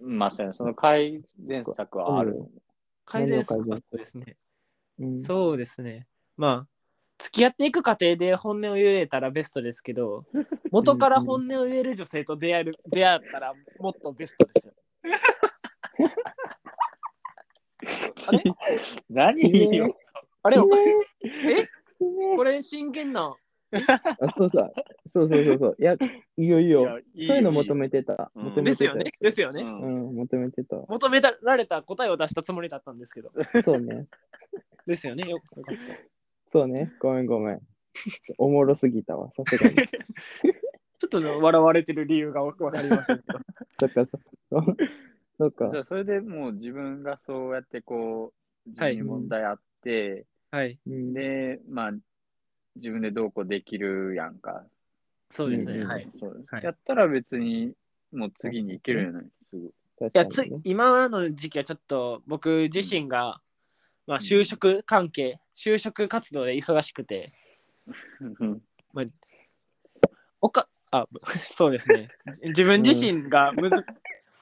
A: うん。まさにその改善策はある。
B: 改善する
C: 何を改善
B: そうですね。
C: うん
B: そうですね。まあ、付き合っていく過程で本音を言えたらベストですけ ど、元から本音を言える女性と出会える出会ったらもっとベストですよ。あれ
A: 何よ。
B: あれ
C: ひね
B: え
C: ひね
B: これ真剣な。
C: あそうそうそうそうそうそう。いや、いいよいい
A: いや
C: よ
A: いい。よ
C: そういうの求めてた。
A: うん
C: 求
B: で
C: め
B: す
C: てた
B: よね。ですよ
A: う
B: ね。
C: うんん、求めてた。
B: 求められた答えを出したつもりだったんですけど。
C: そうね。
B: ですよね。よよかった。
C: そうね。ごめんごめん。おもろすぎたわ。さすがに。
B: ちょっとね笑われてる理由がわかりませんけど。
C: そっかそっか。そっか
A: じゃ。あそれでもう自分がそうやってこう、自
B: は
A: 分
B: い
A: に問題あって、
B: はい。
C: うん
A: で、まあ、自分でどうこうできるやんか。
B: そうですね。
C: うんうん
B: はい。い
A: そう
B: はい
A: やったら別に、もう次に行けるよね、すぐ。
C: 確
B: や
C: か
B: つ
C: に
B: い
C: ね
B: 今の時期はちょっと僕自身が、まあ、就職関係、就職活動で忙しくて、おかあ ぶそうですね。じ自分自身がむず、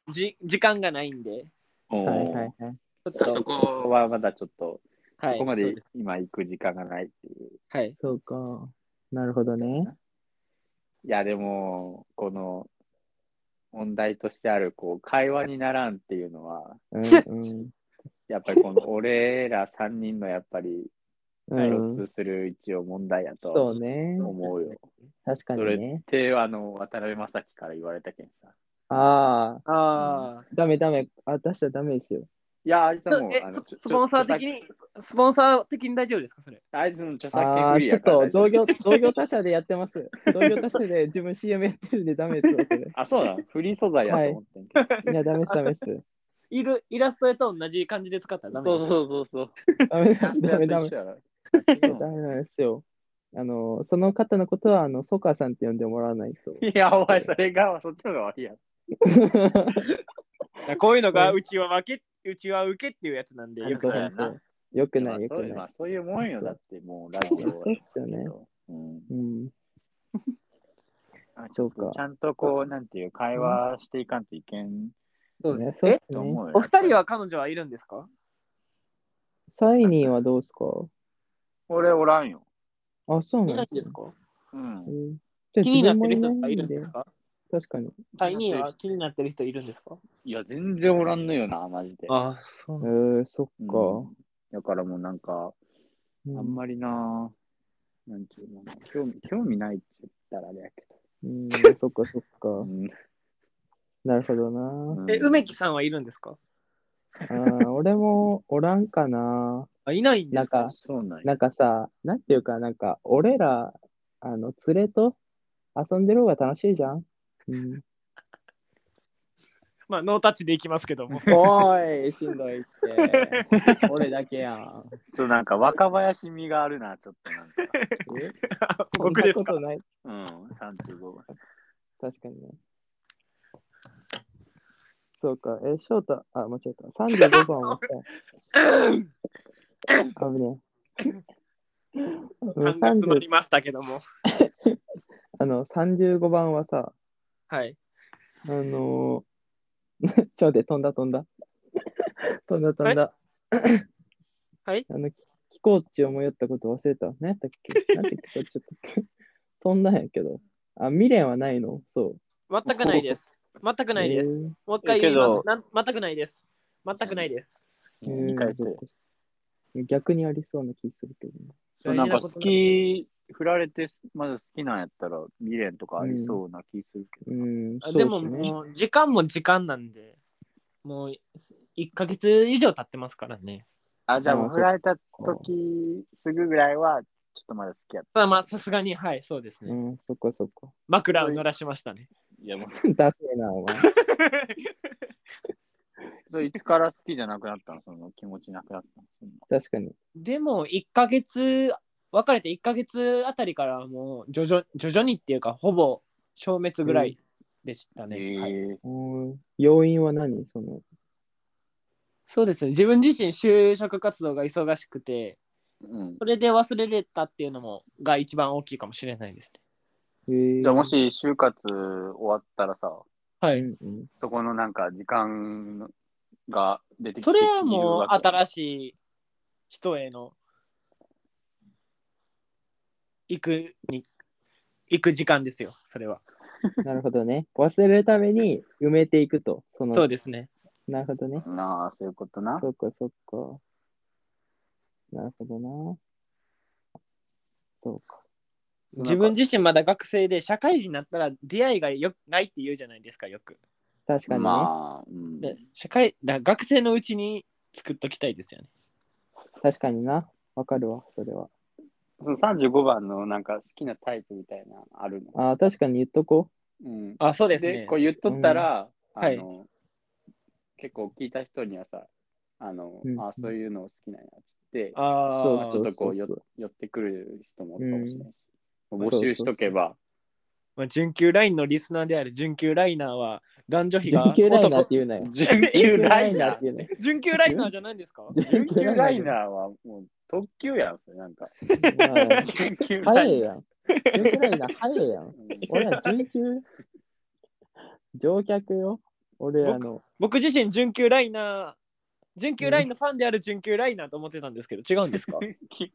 B: じ時間がないんで、
A: お
C: はい
A: ー
C: はいはい。
B: ちょっと
A: そこはまだちょっと、
B: はい、
A: そこま
B: そ
A: で
B: うす
A: 今行く時間がないっていう。
B: はい。
C: そうか。なるほどね。
A: いや、でも、この、問題としてある、こう、会話にならんっていうのは、
C: うんうん。
A: やっぱりこの、俺ら3人のやっぱり、
C: うん
A: 共通する一応問題やとは
C: そうね。
A: 思うよ。
C: 確
A: そ
C: かに
A: れ
C: ね
A: っ。て、あの、渡辺正樹から言われたけんさ。
C: ああ、
B: ああ、
C: ダメダメ。あ、出したらダメですよ。
A: いや、あいつはもう、
B: え
A: あの
B: そ
A: ちょ
B: スポンサー的に、スポンサー的に大丈夫ですかそれ。
A: あいつの著作権
C: あ
A: 不
C: あ
A: 利
C: ー、ちょ
A: や
C: っ
A: から
C: と
A: 大丈夫
C: 同業同業他社でやってます。同業他社で自分 CM やってるんでダメですよ、それ。
A: あ、そうだ、フリー素材やと思ってんけど。
C: い や、ダメです、ダメです。
B: いるイラスト絵と同じ感じで使ったらダメ
A: そ
B: で
A: う
B: す。
A: そうそうそう。
C: ダメダメダメダメ。
A: やろ
C: ダメなんですよ。あの、その方のことは、あの、ソカさんって呼んでもらわない と。
A: いや、お前、それが、そっちの方が悪いやん。
B: だからこういうのがうちは負け、うちは受けっていうやつなんで、
A: あ
B: よく
A: そうや
B: 話
A: な
B: す。
C: よくな
A: まあ
C: い、よ
A: そう
C: く
A: いうま
C: な
A: あ
C: い。
A: そういうもんよ、
C: そう
A: だってもう、ラジオは
C: そうっすよね
A: うん
C: うん。そうか
A: ちゃんとこう、なんていう、会話していかんといけん
B: そうで
C: ね
B: す
C: そうっ
B: え
C: す
A: と
C: ね
A: 思。うよ。
B: お二人は彼女はいるんですか
C: サイニーはどうですか
A: 俺おらんよ。
C: あ、そう
B: い
C: な
B: なんいん
C: で
B: ですす
C: ね。
B: か
A: うん
C: う。んじゃあ
B: 気になっ
C: 自分も
B: てる人
C: い
B: とか
C: ないい
B: る
C: ん
B: ん
C: で
B: ですか
C: 確かに。
B: 第2位は気になってる人いるんですか
A: いや、全然おらんのよな、マジで。
B: ああ、そ
C: えー、そっ
A: うん
C: か。
A: だからもうなんか、あんまりな、なんていうの、興味、興味ないって言ったらあれやけど。
C: うん、そっかそっ
A: う
C: か。
A: ん
C: なるほどな。
B: え、梅木さんはいるんですか
C: あー俺もおらんかな。
B: あいないんで
C: なん
B: すか
C: か、
A: そうなんや。
C: なんかさ、なんていうか、なんか、俺ら、あの、連れと遊んでる方が楽しいじゃん。うん、
B: まあ、ノータッチでいきますけど も。
C: おい、しんど いって。俺だけやん。
A: ちょっとなんか若林味があるな、ちょっとなんか。
C: えそん
B: 僕で
C: な
B: す
C: こ
B: か
C: とない。
A: うん、35番。
C: 確かにね。そうか、え、翔太、あ、間違えた。35番 はさ、危ねえ。
B: 感が詰まりましたけども。
C: あの、35番はさ、
B: はい。
C: あのー ちょ、で、飛んだ飛んだ。飛んだ飛んだ。
B: はい。
C: あの、き気候地を迷ったこと忘れた。何やったっけなんて気候地だったっけ 飛んだんやけど。あ、未練はないのそう。
B: 全くないです。全くないです。
C: えー
B: もう一回言いま
A: け
B: す
A: ど。
B: なん全くないです。全くないです。
C: え
A: 二回
C: ーそっか逆にありそうな気するけどね。
A: そうなんか好き、振られて、まだ好きなんやったら、未練とかありそうな気するけど。
C: うん、
B: あ
C: そう
B: で
C: っ
B: も
C: すね。
B: もう時間も時間なんで、もう1ヶ月以上経ってますからね。
A: あ、じゃあも
C: あ
A: う
C: ー
A: 振られた時すぐぐらいは、ちょっとまだ好きやった。
B: ただまあさすがにはい、そうですね。
C: うん、そっかそっか。
B: 枕を濡らしましたね。
A: いや、もう、
C: ダセえな、お前。
A: それいつから好きじゃなくなったのその気持ちなくなったのそんな
C: 確かに。
B: でも1ヶ月、別れて1ヶ月あたりからはもう徐々徐々にっていうかほぼ消滅ぐらいでしたね。はい
A: えー
C: うん要因は何その、
B: そうですね。自分自身就職活動が忙しくて、
A: うん
B: それで忘れれたっていうのもが一番大きいかもしれないですね。
C: えー
A: じゃあもし就活終わったらさ、
B: は
C: う
B: い。
C: んうん
A: そこのなんか時間が出てきて
B: それはも
A: し
B: う
A: い。
B: 新しい人への行くに行く時間ですよ、それは。
C: なるほどね。忘れるために埋めていくと。その
B: そうですね。
C: なるほどね。
A: なあ、そういうことな。
C: そっかそっか。なるほどな。そうか。
B: 自分自身まだ学生で社会人になったら出会いがよないって言うじゃないですか、よく。
C: 確かにね。
A: まあ、うん、
B: で社会だ学生のうちに作っときたいですよね。
C: 確かにな。わかるわ、それは。
A: その35番のなんか好きなタイプみたいなのあるの。
C: ああ、確かに言っとこ
A: うん、
B: あ、そうです
A: で
B: ね
A: こ。う言っとったら、
B: うんはい
A: あの結構聞いた人にはさ、あの、
C: うん
A: あそういうの好きなんやっつって、
B: ああ、
C: そう
A: ちょっとこう
C: そ
A: よ
C: うそう
A: 寄ってくる人もおるかもしれないし、
C: ん
A: 募集しとけば、
B: まあ、準急ラインのリスナーである準急ライナーは男女
C: う。
B: 比が
C: 準急ライナーっ
B: 男
C: て言うな よ。
A: 準急ライナー
C: って言うなよ。
B: 準急ライナーじゃないんですか
A: 準急ライナーはもう特急やん、それなんか。
C: ー。
A: 準急
C: 早
A: ラ
C: え
A: イ
C: や
A: ナー。
C: ん。準急ライナー早えやん。
A: うん
C: 俺ら準急乗客よ。俺らの。
B: 僕自身準急ライナー準急ラインのファンである準急ライナーと思ってたんですけど違う んですか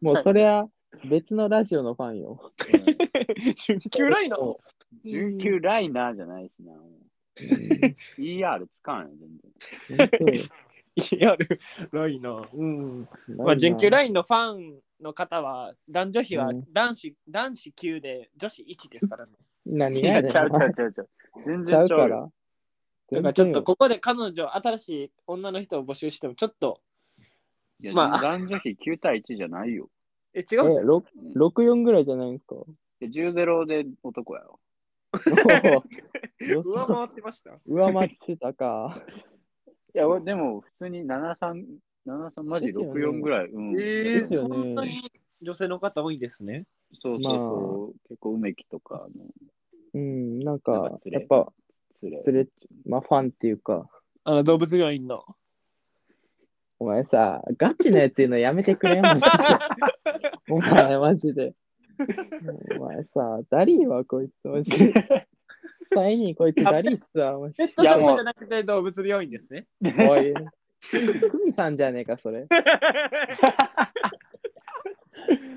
C: もうそれは別のラジオのファンよ。
B: 準急ライナー
C: そ
A: 準急ライナーじゃないしな。もう ER つかんよ、全然。
C: う本当よ
B: ER ライナー、うんまあ、準急ラインのファンの方は男女比は
C: うん
B: 男子、男子9で女子1ですからね
C: 何
A: い
C: がや
A: や、
C: ねん
A: ちゃうちゃうちゃうちゃう。全
C: ちゃ
A: 然
C: う
A: ち
C: か
A: ゃうよ。
C: ら。
B: だからちょっとここで彼女新しい女の人を募集してもちょっと
A: いや
B: まあ
A: 男女比9対1じゃないよ。
B: え違
C: 全
B: うんで
C: 然よ
B: す
C: え
B: か
C: ろ64ぐらいじゃないんですか。
A: で10ゼロで男やろ。
C: おおよ
B: 上
C: そ
B: 回ってました
C: 上回ってたか。
A: いや、でも普通に73、73マジ
C: ですよね
A: 64ぐらい。うん。
B: ええ
C: ですよ
B: そ
C: ね
B: んなに女性の方多いんですね。
A: そうそうそう。結構梅木とか
C: うん、なん
A: の、
C: か
A: なんか、連
C: やっ
A: れ。
C: ぱ、
A: 連れ。
C: 連れ、まあファンっていうか、
B: あの動物病院の。
C: お前さ、ガチなやつ言うのやめてくれ、マジで。お前、マジで。お前さ、ダリーはこいつ、マジで。サイニーこいつ、ダリーっすわ、マジ
B: ペ
C: で
B: ット
A: い
B: シ
A: や
B: ョッ
A: も
B: プ
A: う
B: じゃなくて動物病院ですね。
C: おい。クミさんじゃねえか、それ。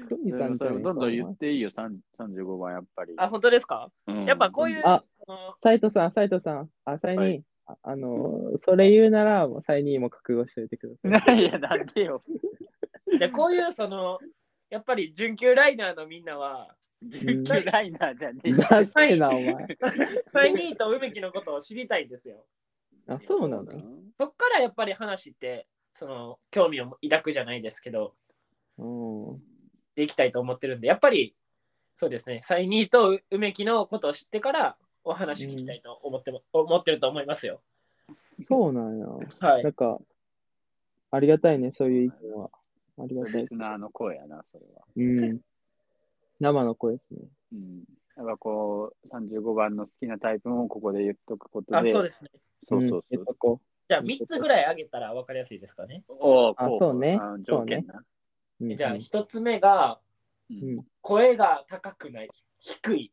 C: クミ
A: で
C: さん
A: も
C: じ
A: そ
C: ゃ
A: れ
C: ねえ
A: も
C: か。
A: どんどん
C: お前
A: 言っていいよ、さん35番やっぱり。
B: あ、本当ですか、
A: うん
B: やっぱこういう、
C: あ
B: その
C: 斉藤さん、斉藤さん、あ、サイニー、
A: は
C: ああのー、それ言うなら、もうサイニーも覚悟しておいてくだ さい。
A: いや、なんでよ。
B: いやこういうその、やっぱり準急ライナーのみんなは、
A: 準急ライナーじゃね えよ。
C: ダサいな、お前。
B: サイニーと梅木のことを知りたいんですよ。
C: あ、そうなの
B: そっからやっぱり話って、その興味を抱くじゃないですけど、
C: うん。
B: でいきたいと思ってるんで、やっぱりそうですね、サイニーと梅木のことを知ってからお話聞きたいと思っても、思ってると思いますよ。
C: そうなんや。
B: はい
C: なんか、ありがたいね、そういう意見は。ありがた
A: リ
C: い
A: ス。ナーの声やな、それは。
C: うん。生の声ですね。
A: うん。やっぱこう、35番の好きなタイプもここで言っとくこと
B: あ、
A: で。
B: そうですね。
A: そうそう
C: うん
A: そ
C: えっ
A: う
C: とこ
B: じゃあ3つぐらいあげたら分かりやすいですかね。
A: おー
C: あ
A: こ
C: そうね
A: あ条件な。
C: ううん
B: じゃあ1つ目が
A: う
C: うん
A: ん
B: 声が高くない、低い。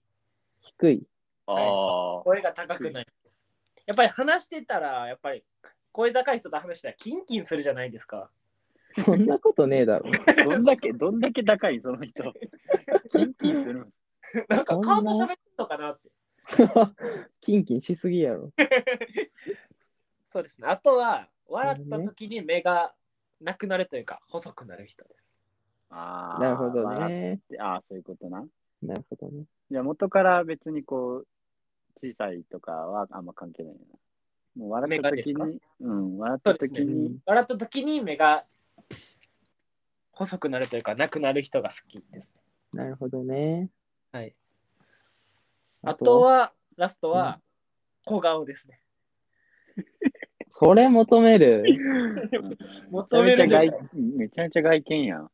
C: 低い。
A: ああ。
B: 声が高くないです。やっぱり話してたら、やっぱり声高い人と話したらキンキンするじゃないです か。
C: そんなことねえだろ。
A: どんだけ、どんだけ高い、その人。キンキンする。
B: なんか
C: そんな
B: 顔と喋ってるのかなって。
C: キンキンしすぎやろ。
B: そうですね。あとは、笑った時に目がなくなるというか、細くなる人です。
A: ああ。
C: なるほど
A: 笑っ
C: ね。
A: て。ああ、そういうことな。
C: なるほどね。
A: じゃあ元から別にこう、小さいとかはあんま関係ないな。もう笑った時
B: 目がで
A: に、うん、笑った時
C: う
A: に
C: ん、
B: 笑った時に目が細くなるというか、なくなる人が好きですね。
C: なるほどね。
B: はい。あとは、ラスト
C: う
B: は、小顔ですね。
C: それ求める。
A: うん
B: 求める
A: めちゃめち
B: で
A: ゃ
B: し
A: 外めちゃめちゃ外見やん。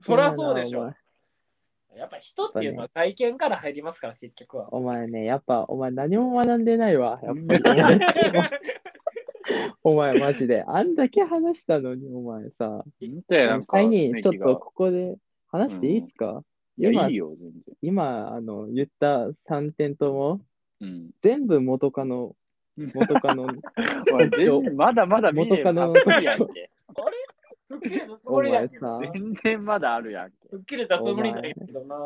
B: そりゃそうでしょ
C: お前
B: ょ。やっぱ人っていうのは外見から入りますから、結局 は。
C: お前ね、やっぱお前何も学んでないわ。やっぱり お前マジで。あんだけ話したのに、お前さ。
A: 見て、なんか、
C: 最にちょっ
A: 雰囲気
C: と
A: が
C: ここで話していいですか、
A: いや、
C: 今
A: いいよ、全然。
C: 今あの言った3点とも
A: うん。
C: 全部元カノ、元カノ。
A: おい全然まだまだ見て
C: 元カノの
A: たっぷりやん
C: 特
A: け。
B: 吹っ切れたつ
C: お
B: もりだ
C: 前
B: けど
C: さ
B: な。、
A: 全然まだあるやんけ。
B: 吹っ切れたつもりだけどな。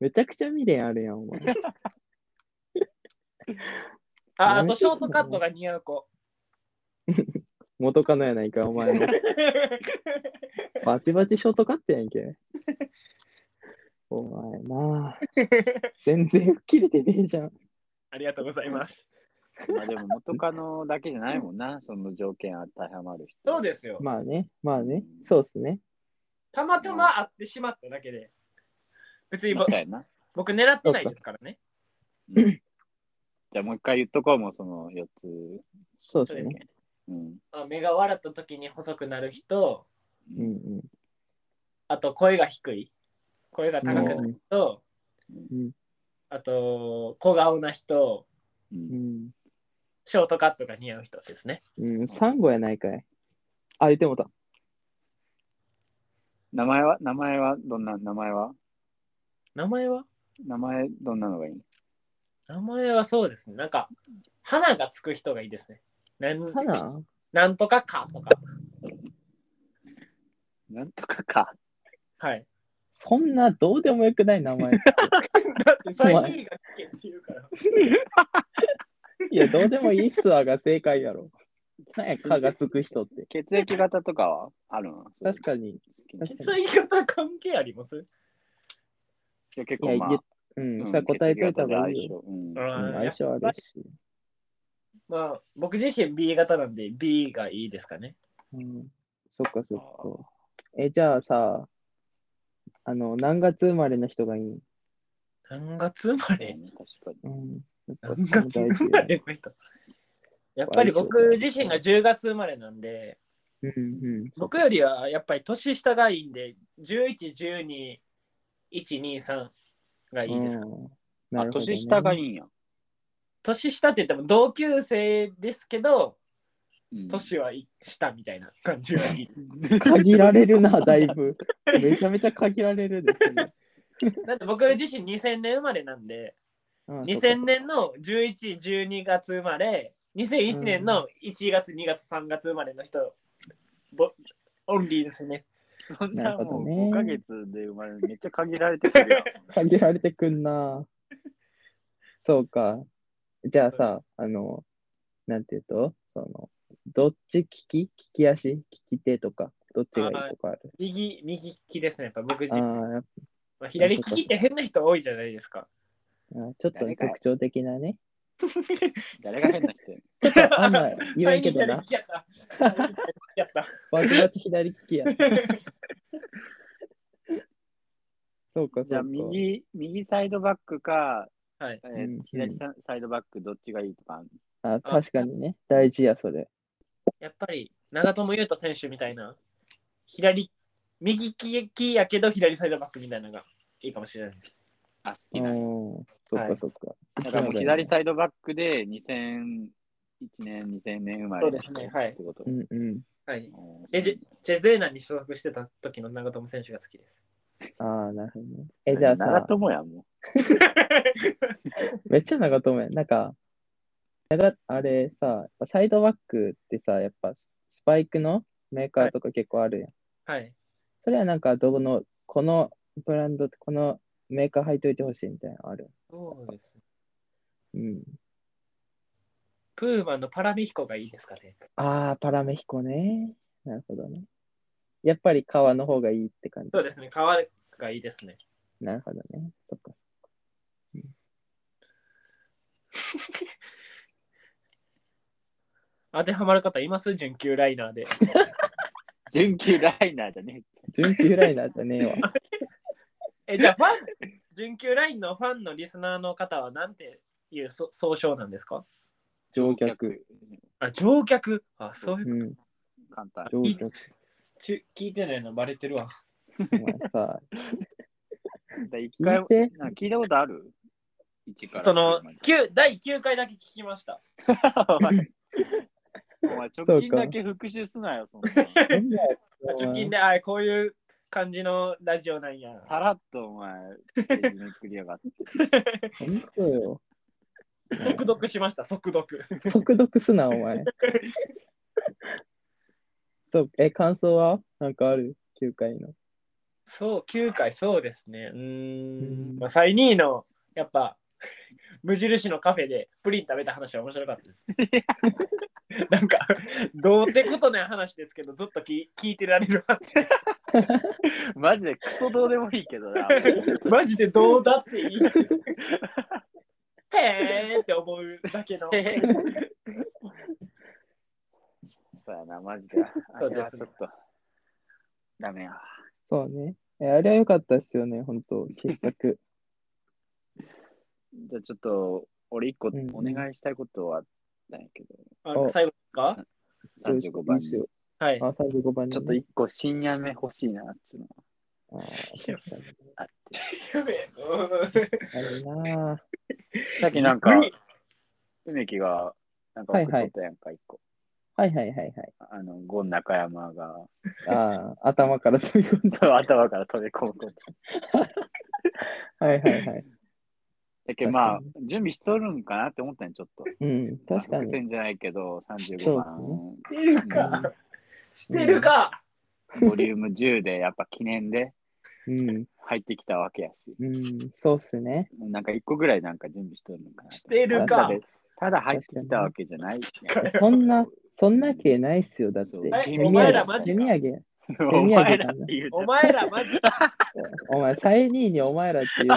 C: めちゃくちゃ未練あるやん、お前。
B: あ、あとショートカットが似合う 子。
C: 元カノやないか、お前の。バチバチショートカットやんけ。お前なあ全然切れてねえじゃん。
B: ありがとうございます。
A: まあでも元カノだけじゃないもんな、その条件当てはまる人。
B: そうですよ。
C: まあね、まあね、そうっすね。
B: たまたま会ってしまっただけで。別に
A: まあ
B: ぼ
A: そうやな。
B: 僕狙ってないですからね。
A: うんじゃあもう一回言っとこうもうその4つ。
C: そう
B: そ
C: っす
B: うです
C: ね。
B: ね。
A: うん。
B: あ目が笑った時に細くなる人、
C: うんうん
B: あと声が低い、声が高くなる人、
C: うん
B: あと小顔な人、
A: うん
C: うん
B: ショートカットが似合う人ですね。
C: うん。うん、サンゴやないかい。あ、言ってもうた。
A: 名前は名前はどんな名前は
B: 名前は
A: 名前どんなのがいい
B: 名前はそうですね。なんか、花がつく人がいいですね。なん
C: 花
B: なんとかかとか。
A: なんとかか。
B: はい。
C: そんなどうでもよくない名前。
B: だってそれいいが聞けって言うから。
C: いや、どうでもいいっすわが正解やろ。なんや、かがつく人って。
A: 血液型とかはあるの
C: 確かに。
A: に
C: 確か
B: そういう言い方関係あります
A: 結
C: に。
A: 構
C: い
A: ま
C: や、
A: あ
C: 言っうん、さ、答えといた方がいいよ。。
A: 血液型で相性うん
B: う
C: う
B: ん
C: ん相性あるし。
B: まあ、僕自身 B 型なんで B がいいですかね。
C: うん、そっかそっか。え、じゃあさ、あの、何月生まれの人がいい、
B: 何月生まれ
A: 確かに。
C: うん、やっぱ
B: 何
C: そこ
B: 月
C: 大事
B: 生
C: よ
B: まれの人。やっぱり僕自身が10月生まれなんで、
C: うんうん。そっ
B: 僕よりはやっぱり年下がいいんで、11、12、1、2、3がいいですか、
C: うんな
A: あ、
C: るほどね
A: 年下がいいんや。
B: 年下って言っても同級生ですけど、
A: うん
B: 年は下みたいな感じがいい。
C: 限られるな、だいぶ。めちゃめちゃ限られるです ね。
B: なんで僕自身2000年生まれなんで、
C: うん
B: 2000。年の11、12月生まれ、2001年の1月、2月、3月生まれの人、ぼオンリーですね。
A: そんなもう
C: なるほ
A: 5
C: ど
A: ヶ
C: ね
A: 月で生まれるめっちゃ限られてくるやん。
C: そっか限られてくんな。そうか。じゃあさ、あの、なんていうと、その、どっち利き利き足利き手とか、どっちがいいとかある。
B: 右、右利きですね。やっぱ僕自
C: あ
B: 身、
C: ーやっ
B: まあ、左利きって変な人多いじゃないですか。
C: ぱあー、ちょっとね特徴的なね。
A: 誰が変な 人や
C: ちょっとあ んま言えんけど
B: 左
C: な
B: 利。きやった。左利きやった。
C: バチバチ左利きや。 そうか、そう
A: じゃあ。
C: か
A: 右、右サイドバックか、
B: はい
A: えー
C: うん
A: 左ササイドバックどっちがいいとかある。
C: あ確かにね。大事や、それ。
B: やっぱり、長友佑都選手みたいな、左、右利きやけど左サイドバックみたいなのがいいかもしれないです。
A: あ、好
C: う
A: きなんや
C: ん。そっ
B: は
C: か、
B: い
C: そっか。
A: だからもう左サイドバックで2001年、2000年生まれの人
B: そうですねはい
A: ってこと
C: う。んうん。
B: はい。
A: おー
B: レジチェゼーナに所属してた時の長友選手が好きです。
C: ああ、なるほどね。え、じゃあ
D: 長
C: さ、
D: 友やんも
C: めっちゃ長友やん。なんか、長あれさ、やっぱサイドバックってさ、やっぱススパイクのメーカーとか結構あるやん。
B: はい。
C: それはなんか、どの、このブランド、このメーカー入っといてほしいみたいなのある。
B: そうです。
C: うん。
B: プーマンのパラミヒコがいいですかね。
C: ああ、パラメヒコね。なるほどね。やっぱり革の方がいいって感じ。
B: そうですね。革がいいですね。
C: なるほどね。そっかそっか。
B: 当てはまる方います準急ライナーで。
A: 準急ライナーだね。
C: 準急ライナーじゃねえわ。
B: え、じゃあフ ァン、準急ラインのファンのリスナーの方はなんていうそ総称なんですか
C: 乗客。。
B: あ、乗客。あ、そういう。
C: うん。
A: 簡単。
C: 乗客。
B: ちゅ聞いてないのバレてるわ。
C: お前さ、
A: だ一
C: 聞
A: 回
C: いて。
A: なんか聞いたことある一から
B: その
A: 九
B: 九第9回だけ聞きました。
A: お前 お前直近だけ復習すなよ、そんな。
C: なんだよ
B: 直近で、あこういう感じのラジオなんや。
A: さらっとお前、ページめくりやがって。
C: お前本当よ。
B: 速読しました、速読。
C: 速読すな、お前。そう、え、感想はなんかある ?9 回の。
B: そう、9回、そうですね。うー
C: うん
B: ん。まあ、最2位の、やっぱ、 無印のカフェでプリン食べた話は面白かったです。なんか、どうってことない話ですけど、ずっとき聞いてられる話。
A: マジでクソどうでもいいけどな。
B: マジでどうだっていい。へーって思うだけの。
A: そうやな、マジで。あ
B: そう
A: れ
B: で
A: は
B: す
A: ち
B: ね
A: ょっと。ダメや。
C: そうね。え、あれは良かったですよね、本当傑作。
A: じゃあちょっと、俺一個
C: うん
A: お願いしたいことはあったんやけど、
B: あ
C: お
B: 最後ですか
C: どうしよ
A: 35
C: うい
A: 番
C: いっ
A: に。
C: す
A: ち
C: よ
B: はい。
C: あ、35番に
A: ょっと一個深夜目欲しいなっていうの
C: あー確かに
A: があって。
B: やべえう
C: あるなぁ
A: さっきなんか
B: ん、
A: 梅木が、なんか送っとったやんか、一個。
C: はいはいはいはい。
A: あの、ゴン中山 が、
C: ああ、頭から飛び込んだ。
A: 頭から飛び込むこと。
C: はいはいはい。
A: だけどまあ
C: 確、
A: 準備しとるんかなって思ったんよちょっと。
C: うん、確か
A: まあ伏
C: に。
A: 線じゃないけど、35
C: そう
A: 番、
B: 知ってるか知ってるか
A: ボリューム10で、やっぱ記念で
C: うん、
A: 入ってきたわけやし、
C: うん、そうっすね。
A: なんか一個ぐらいなんか準備しとるのかな。
B: 知ってる
A: ただ
B: か
A: でただ入ってきたわけじゃないしね。
C: そんな、そんな系ないっすよ、だって。
A: そう
C: 手
A: え
C: 土
A: お前ら
C: 産
B: マジ
C: 手
B: か
C: 土産。
A: お前らって言う
B: お
A: て
B: 前らマジで
C: お前、最2位にお前らってい うの。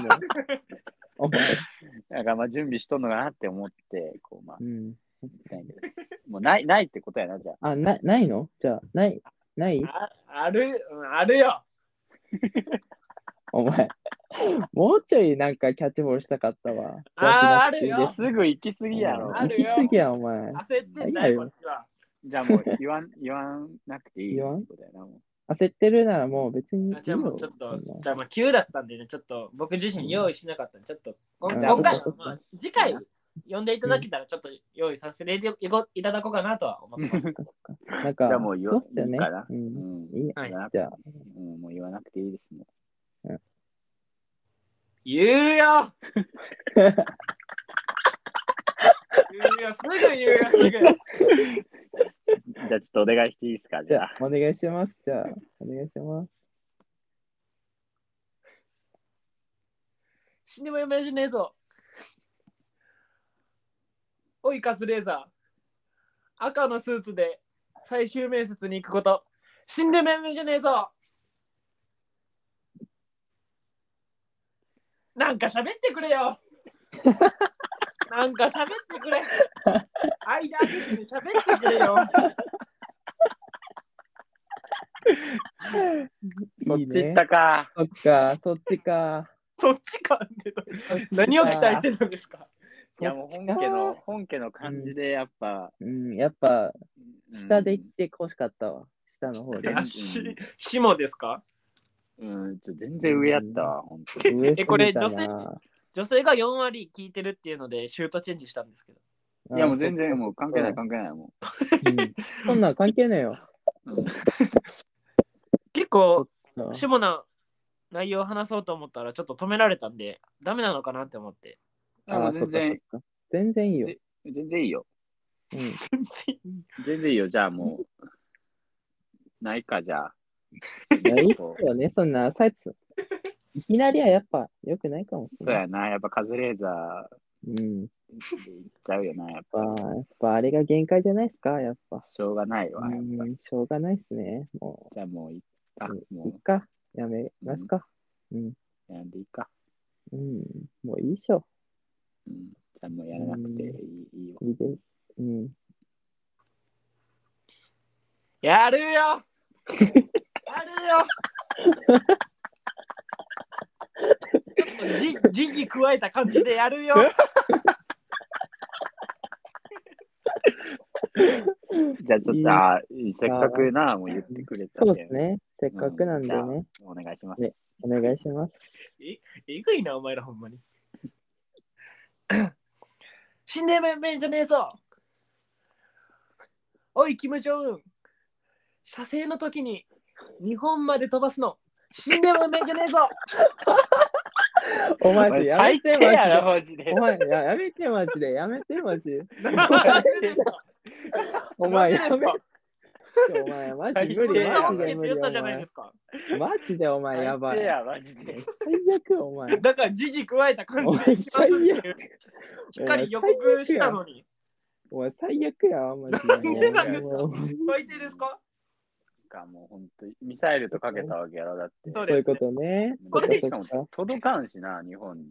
C: お前。
A: なんかまあ準備しとんのかなって思って、こうまあ
C: う、ん。
A: ないんだけどもうない、ないってことやな、じゃあ。
C: あ、なないのじゃあ、ない、ない
B: あある、うんあるよ。
C: お前。もうちょいなんかキャッチボールしたかったわ。
B: あー
C: 女子の
B: あるよ
C: 普通
A: すぐ行き過ぎやろ
B: あ。
C: です
B: る
C: 行
B: よ
C: き過ぎや、お前。
B: 焦ってんだよ、こっちは。
A: じゃあもう言わん、言わなくていい。
C: 言わん
A: ことやな、も
C: 焦ってるならもう別にいいよ。
B: あじゃあもうちょっ
C: そ
B: と
C: んな、
B: じゃあまあ急だったんでね、ちょっと僕自身用意しなかったんで、ちょっと、こん
C: うん
B: 今回は
C: そっかそっ、か
B: まあ、次回呼んでいただけたらちょっと用意させていこいただこうかなとは思ってます。
C: そっかそっかなん
A: う
C: か、
A: じゃあもう言
C: そう
A: わ
C: っすよ
A: い
C: ね
A: いかな。。
C: う。
A: うんん。
C: いいや。
B: はい
A: 言わなく
C: じゃあ、
A: うん、もう言わなくていいですね。
B: 言う よ言うよ、すぐ言うよ、すぐ。
A: じゃあちょっとお願いしていいですか、
C: じ
A: じゃ
C: ゃ
A: あ
C: あ。、お願いします。じゃあ、お願いします。
B: 死んでもやめやしねえぞ。おい、カスレーザー。赤のスーツで最終面接に行くこと。死んでもやめやしねえぞ。なんか喋ってくれよ。なんか喋ってくれ。間開けずに喋ってくれよ。
A: そっ
C: いい
A: ち行
C: ね
A: った。か。
C: そっか、そっちか。
B: そっちかって 何を期待してたんですか
A: いやもう
C: そっ
A: 本
C: ちか
A: 家の、本家の感じでやっぱ、
C: うん、やっぱ、
A: うん
C: 下で行って欲しかったわ。下の方で。
B: あし下ですか
A: うん、ちょ全然上やったわ、本 当に。
C: 上すぎたな
B: えこれ女性女性が4割聞いてるっていうのでシュートチェンジしたんですけど。
C: あ
A: いやもう全然もう関係な
C: う
A: い
C: ん
A: 関係ないも
C: うんそんなん 関係ねえよ。
A: う。うん
B: 結構
C: うん
B: シモナ内容を話そうと思ったらちょっと止められたんで、ダメなのかなって思って。
D: でも
C: ーそっ
D: 全
C: かそ
D: 然、
C: っか全然いいよ。
A: で全然いいよ。
C: うん。
B: 全然いい
A: 全然いいよ。じゃあもう、ないか、じゃあ。
C: ないっ
A: そう
C: すよね、そんな朝やつ。いきなりはやっぱ良くないかもし
A: そう
C: れない。
A: やな、やっぱカズレーザ
C: うん。やっ
A: ーでいっちゃうよな、やっ
C: ぱ、
A: ぱ。
C: やっぱあれが限界じゃないですか、やっぱ。
A: しょうがないわ、
C: う
A: やっぱ。
C: ん、しょうがないっすね。も
A: じゃあもういっか、
C: う、い
A: も
C: っか、やめますか。うん。
A: うやんでいいか。
C: うん、もういいでしょ。
A: うん、じゃあもうやらなくていい,、いいわ。
C: いいです。うん。
B: やるよやるよちょっとじ、じぎ加えた感じでやるよ
A: じゃあちょっとあ、せっかくな、もう言ってくれたん
C: そう
A: で
C: ですね。せっかくなんでね、
A: お願いします。
C: ねお願いします。
B: えぐいな、お前らほんまに。死んでめんめんじゃねえぞおい、キム・ジョンウン射精の時に日本まで飛ばすの死んでめんめんじゃねえぞ
C: お前、
A: お前
C: やめ
A: 最低
C: て、マ
A: やな、マジ
C: ジ
A: で
C: で。お。前、ややめて、マジで。やめて、マジで。
B: なんでですか
C: お前、
B: なん
C: や
B: で
C: め
B: ですか
C: て、お前、マジ
A: 最低や
C: 無
B: こ
C: 理、
B: れ
C: マジ
B: 本
C: で
B: 気
C: 無
B: で
C: 理。
B: 言っ
C: お
B: たじゃない
C: 前
B: ですか。
C: マジで、お前、やば
A: 最低
C: い。
A: や、マジで。
C: 最悪、お前。
B: だから、じじ加えた感
C: お
B: じで
C: 前、
B: しますって
C: 最
B: いう
C: 悪。
B: しっかり予告したのに。
C: お前、最悪や、マジで。
B: なんでなんですか
C: もうもう
B: 最低ですか
A: かもう本当にミサイルとかけたわけやろ、だって。
B: そう
C: そうい
B: で
C: う
B: す、
C: こ
B: ね。
C: とね。
B: これで
C: そ
A: し
C: っ
A: か
C: か
A: も
C: そっか
A: 届かんしな、日 本に。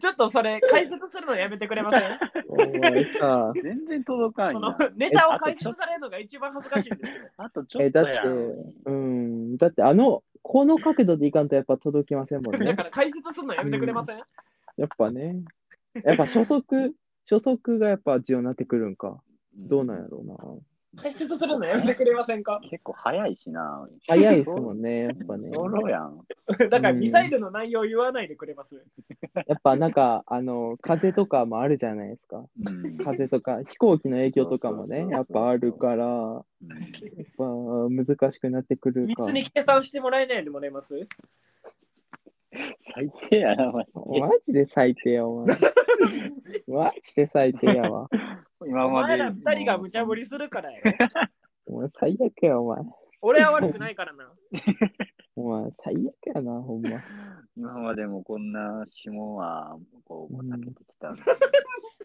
B: ちょっとそれ、解説するのやめてくれません
C: お前さ、
A: 全然届かん
B: こ
A: よ。
B: のネタを解説されるのが一番恥ずかしいんですよ。
A: あとちょ
C: え、
A: っ
C: だっ
A: と
C: て
A: や。、
C: うん、だって、あの、この角度でいかんとやっぱ届きませんもん
B: だ
C: ね
B: か。ら解説するのやめてくれません、
C: やっぱね。やっぱ初速、初速がやっぱ重要になってくるんか。どうなんやろうな。
B: 解説するのやめてくれませんか
A: 結構早いしな。
C: 早いですもんね、やっぱね。
A: ソロやん。
B: だからミサイルの内容言わないでくれます、
C: やっぱなんか、あの、風とかもあるじゃないですか。
A: うん
C: 風とか、飛行機の影響とかも
A: そう
C: ね、
A: そうそうそう
C: やっぱあるから、やっぱ難しくなってくるか
B: 密。に計算してもらえないでもらえます
A: 最低やな、マジ
C: マジで最低や、 お前。マジで最低やわ。
A: で今
B: お
A: まで。
B: 前ら二人が無茶ぶりするからよ。
C: お前最悪や、お前。
B: 俺は悪くないからな。
C: お前最悪やな、ほんま。
A: 今までもこんな霜は、こう、避けてきたんで。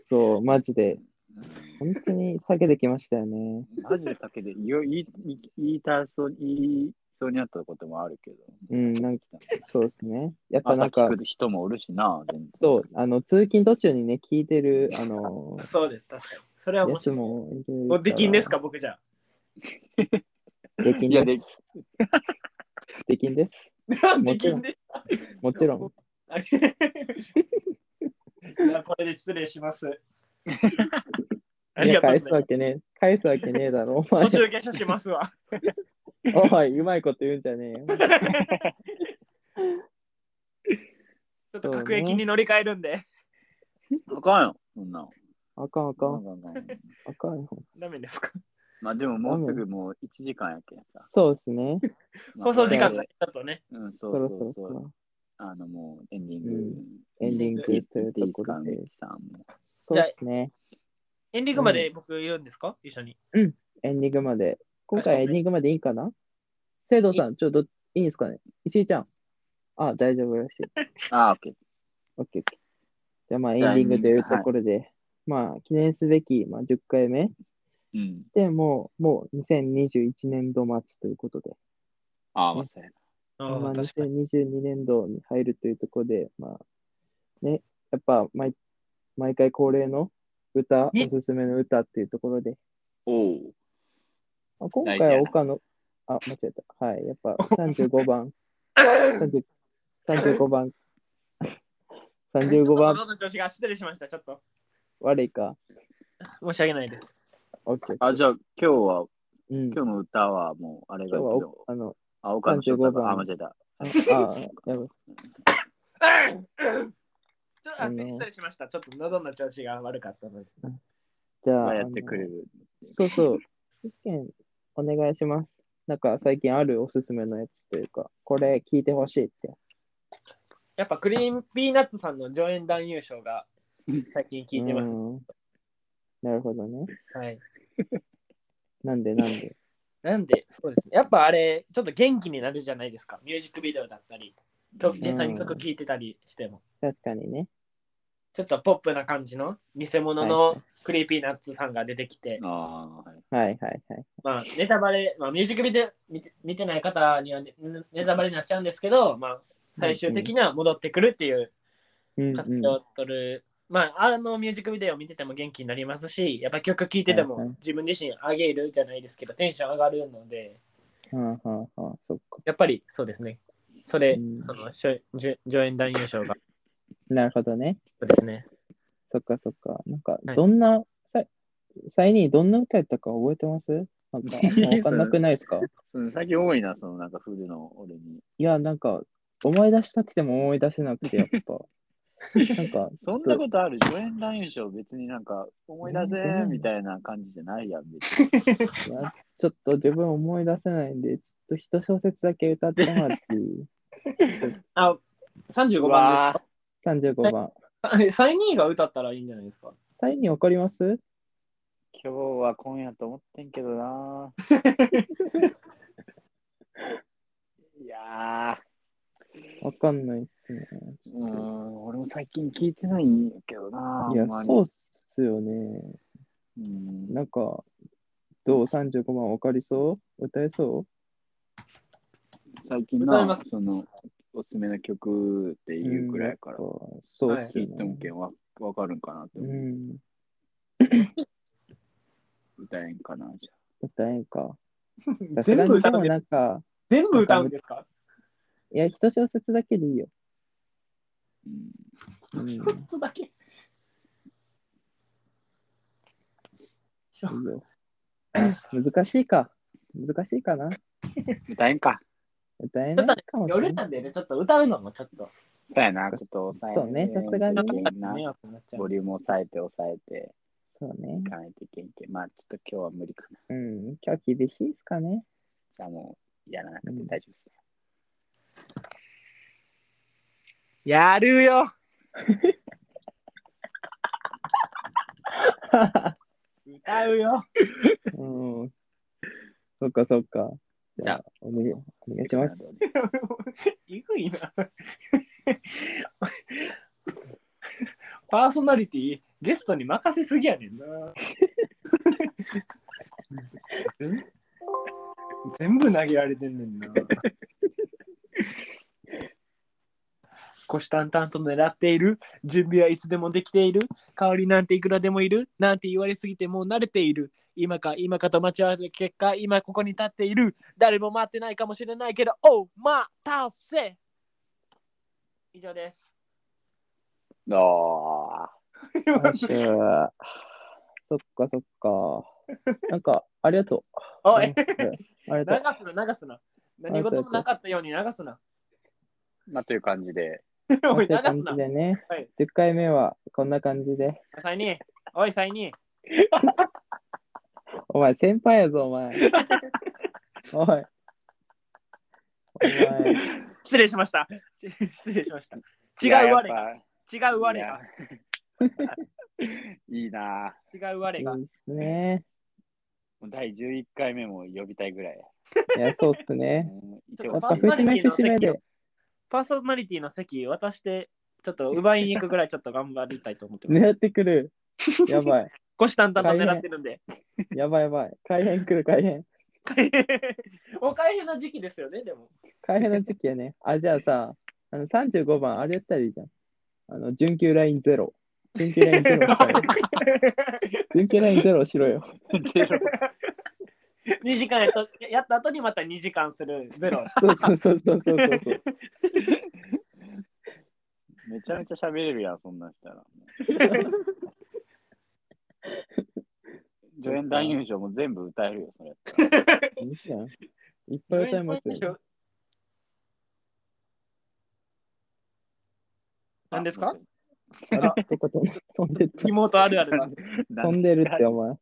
C: そう、マジで。本当に避けてきましたよね。
A: マジで避けて、よ言い言い言いたそう、言いそうになったこともあるけど。
C: うんなんそうですね。やっぱ
A: 朝
C: なんか
A: 聞、く人もおるしな、全然。
C: そう、あの、通勤途中にね、聞いてる、あの、
B: そうです、確かに。それは
C: や
B: 面
C: つ
B: 白い。
C: もいる
B: もうできんです
C: か
B: か、僕じゃ。
C: らできん
A: いや
C: です。できんです。
B: できんで
C: もちろ ん。
B: あじゃあこれで失礼し ます。あ
C: い
B: り
C: や
B: がとう
C: 返
B: ござ
C: す
B: い
C: わけねえ。返すわけねえだろ、お
B: ます。
C: 前
B: 途。中下車しますわ。
C: おい、うまいこと言うんじゃねえよ。
B: ちょっと各駅に乗り換えるんで、
A: あかんよ、そんなの。
C: あかんあ
A: あ
C: かん、
A: かんあかん。
C: あかんよ。
B: ダメですか。
A: まあでももうすぐもう1時間やけんさ。
C: そうですね。
A: まあ
B: 放送時間がちょっとね、
A: うん、そ
C: そうろ
A: そ
C: そう
A: そう。
C: ろか。
A: あのもうエンディング。
C: うんエンディング
A: いい
C: というと
A: いいですか、
C: ころで
A: ミキさんも。
C: そうですね。
B: エンディングまで僕いるんですか一緒に。
C: エンディングまで。今回エンディングまでいいんかな聖堂さん、ちょっといいんですかね石井ちゃん。あ、大丈夫らしい。
A: あ、オッケー。
C: オッケーオッケー。じゃあまあエンディングというところで、まあ記念すべき、まあ、10回目
A: うん。
C: でもう、もう2021年度末ということで、
A: あ、まあそうや
B: あ
C: まあ、
B: あ、確かに。
C: 2022年度に入るというところで、まあね、やっぱ毎毎回恒例の歌、
B: ね
C: おすすめの歌っていうところで、
A: おう。
C: まあ、今回
A: 大事や
C: は
A: な
C: 岡野、あ、間違えた。はい、やっぱ35番、30 35番、
B: ちょ
C: 35
B: っと
C: 番
B: 喉の調子が失礼しました。ちょっと
C: 悪いか。
B: 申し訳ないです。
C: OK。
A: あ、じゃあ今日は、
C: うん、今
A: 今日の歌はもうあれ
C: 日
A: がいい
C: は
A: け
C: お
A: ど、
C: あの、
A: あ、岡野翔太
C: 35番
A: あ、間違えた。
C: あ、あやばい。
B: ちょっとあ
C: あのー
B: 失礼しました。ちょっと喉の調子が悪かったので。
C: じゃ
A: ま
C: あ、
A: あやってくれ
C: あの
A: る。
C: そうそう。意見お願いします。なんか最近あるおすすめのやつというか、これ聞いてほしいって。
B: やっぱクリーンピーナッツさんの上演男優賞が最近聞いてます
C: う。んなるほどね。
B: はい。
C: なんでなん で。
B: なんで、そうですね。やっぱあれ、ちょっと元気になるじゃないですか。ミュージックビデオだったり、曲実際に曲聴いてたりしても。
C: 確かにね。
B: ちょっとポップな感じの偽物
C: は
B: のクリーピーナッツさんが出てきて、
A: ああ、はい。
C: はいはいはい。
B: まあ、ネタバレ、まあ、ミュージックビデオ見て見てない方にはねネタバレになっちゃうんですけど、まあ、最終的には戻ってくるっていう
C: うん
B: 活
C: うん
B: 動を取る、まあ、あのミュージックビデオを見てても元気になりますし、やっぱ曲聴いてて
C: はいは
B: も
C: い
B: 自分自身上げるじゃないですけど、テンション上がるので、
C: はあはあはあ、そっか。
B: やっぱりそうですね。それ、
C: うん
B: その、しょじゅ上演男優賞が、
C: なるほどね。
B: そうですね。
C: そっかそっか。なんか
B: は、い
C: どんな、さい、最にどんな歌やったか覚えてますなん か、
A: いや
C: わかんなくないですか
A: うん最近多いな、そのなんか古の俺に。
C: いや、なんか、思い出したくても思い出せなくて、やっ ぱ。なんか、ちょ
A: そ
C: っ
A: んな
C: と、
A: ことある助演男優賞別になんか思い出
C: えーどうな
A: せ
C: の
A: みたいな感じじゃないやん、 別に。
C: いやちょっと自分思い出せないんで、ちょっと一小節だけ歌ってもらって いい
B: あ、35番で
C: ?35 番。
B: すか。3位が歌ったらいいんじゃないですか。
C: 最にわかります
A: 今日は今夜と思ってんけどな。 いや
C: わかんないっすね。ち
A: ー、
C: ょ
A: う
C: っと
A: ん、俺も最近聞いてないんやけどな。
C: いや、そう
A: う。
C: っすよね。
A: うん、
C: なんか、どう ?35 番わかりそう歌えそう
A: 最近
B: 歌いま
A: な
B: す、
A: その、おすすめの曲っていうくらいやから、
C: うんやっぱそうっす
A: 聞
C: よ
A: いて
C: ね
A: も。けんわわかるんかなって
C: う
A: 思う。
C: ん。
A: 歌えんかな、じゃ
C: 歌えんか。さすが
B: 全部
C: に
B: 歌
C: で
B: うんです
C: もなんか、
B: 全部歌うんですか
C: いや、一小節だけでいいよ。
A: あ。うん
C: うん、いい
B: 一つだけ。
C: よ。 難しいか。難しいかな。
A: 歌えんか。
C: 歌えないかもし
B: 夜
C: れない。
B: なんでね、ちょっと歌うのもちょっと。
A: そうやな、ちょっと抑え
C: そうねさすがにね
A: いけんな
B: 迷惑になっちゃう
A: ボリューム抑えて抑えて
C: そうね
A: い。かないといけんけん。まあちょっと今日は無理かな。
C: うん。今日厳しいっすかね。
A: じゃあもうやらなくて大丈夫です。
B: やるよ歌うよ
C: うん。そっかそっか。じゃあ、お願いお願いします。。
B: えぐいな。パーソナリティ、ゲストに任せすぎやねんな。全全部投げられてんねんな。虎視眈々と狙っている準備はいつでもできている香りなんていくらでもいるなんて言われすぎてもう慣れている今か今かと待ち合わせ結果今ここに立っている誰も待ってないかもしれないけど、おまたせ以上です。
A: どう
C: よっしゃそっかそっか。なんか、ありがとう。
B: おい、
C: う
B: 流
C: んありがとう。
B: すな、流すな。何事もなかったように流すな。
A: まあという感じで。
B: お
C: とい
B: い、流
C: う感
B: す
C: じ
B: な。
C: でね、
B: はい
C: 10回目はこんな感じで。
B: サイニー、おい、サイニー。
C: お前、先輩やぞ、お前。おい。お前、
B: 失礼しました。失礼しました。
A: いや
B: 違う我が、
A: やっ
B: 違
A: ぱ
B: う我が、
A: いいな。いいな。
B: 違う我が
C: い。いですね。
A: もう第11回目も呼びたいぐらい。
C: いや、そうっすね。
A: うん
B: ち
C: や
B: ょ
C: っ
B: っ
C: ぱ、
B: と
A: 今
C: 節
A: 日は
C: 目節目で。
B: パーソナリティの席渡して、ちょっと奪いに行くぐらいちょっと頑張りたいと思ってます。
C: 狙ってくる。 やばい。
B: 虎視眈々と狙ってるんで。
C: やばいやばい。改変くる、改変。
B: もう大変な時期ですよね、でも。
C: 改変の時期やね。あ、じゃあさ、あの35番、あれやったらいいじゃん。あの、準急ラインゼロ。準急ラインゼロした よ。準急ラインゼロしろよ。
A: ゼロ
B: 2時間やっとやった後にまた2時間するゼ ロ。
C: そうそうそうそうそうそうそう。
A: めちゃめちゃ喋れるやん、そんなん したら。助演男優賞も全部歌えるよ、それ。
C: いいじゃん。いっぱい歌いますよ。
B: 何ですか
C: あれとか飛ん飛んでった。
B: 妹あるあるだ。
C: 飛んでるってお前。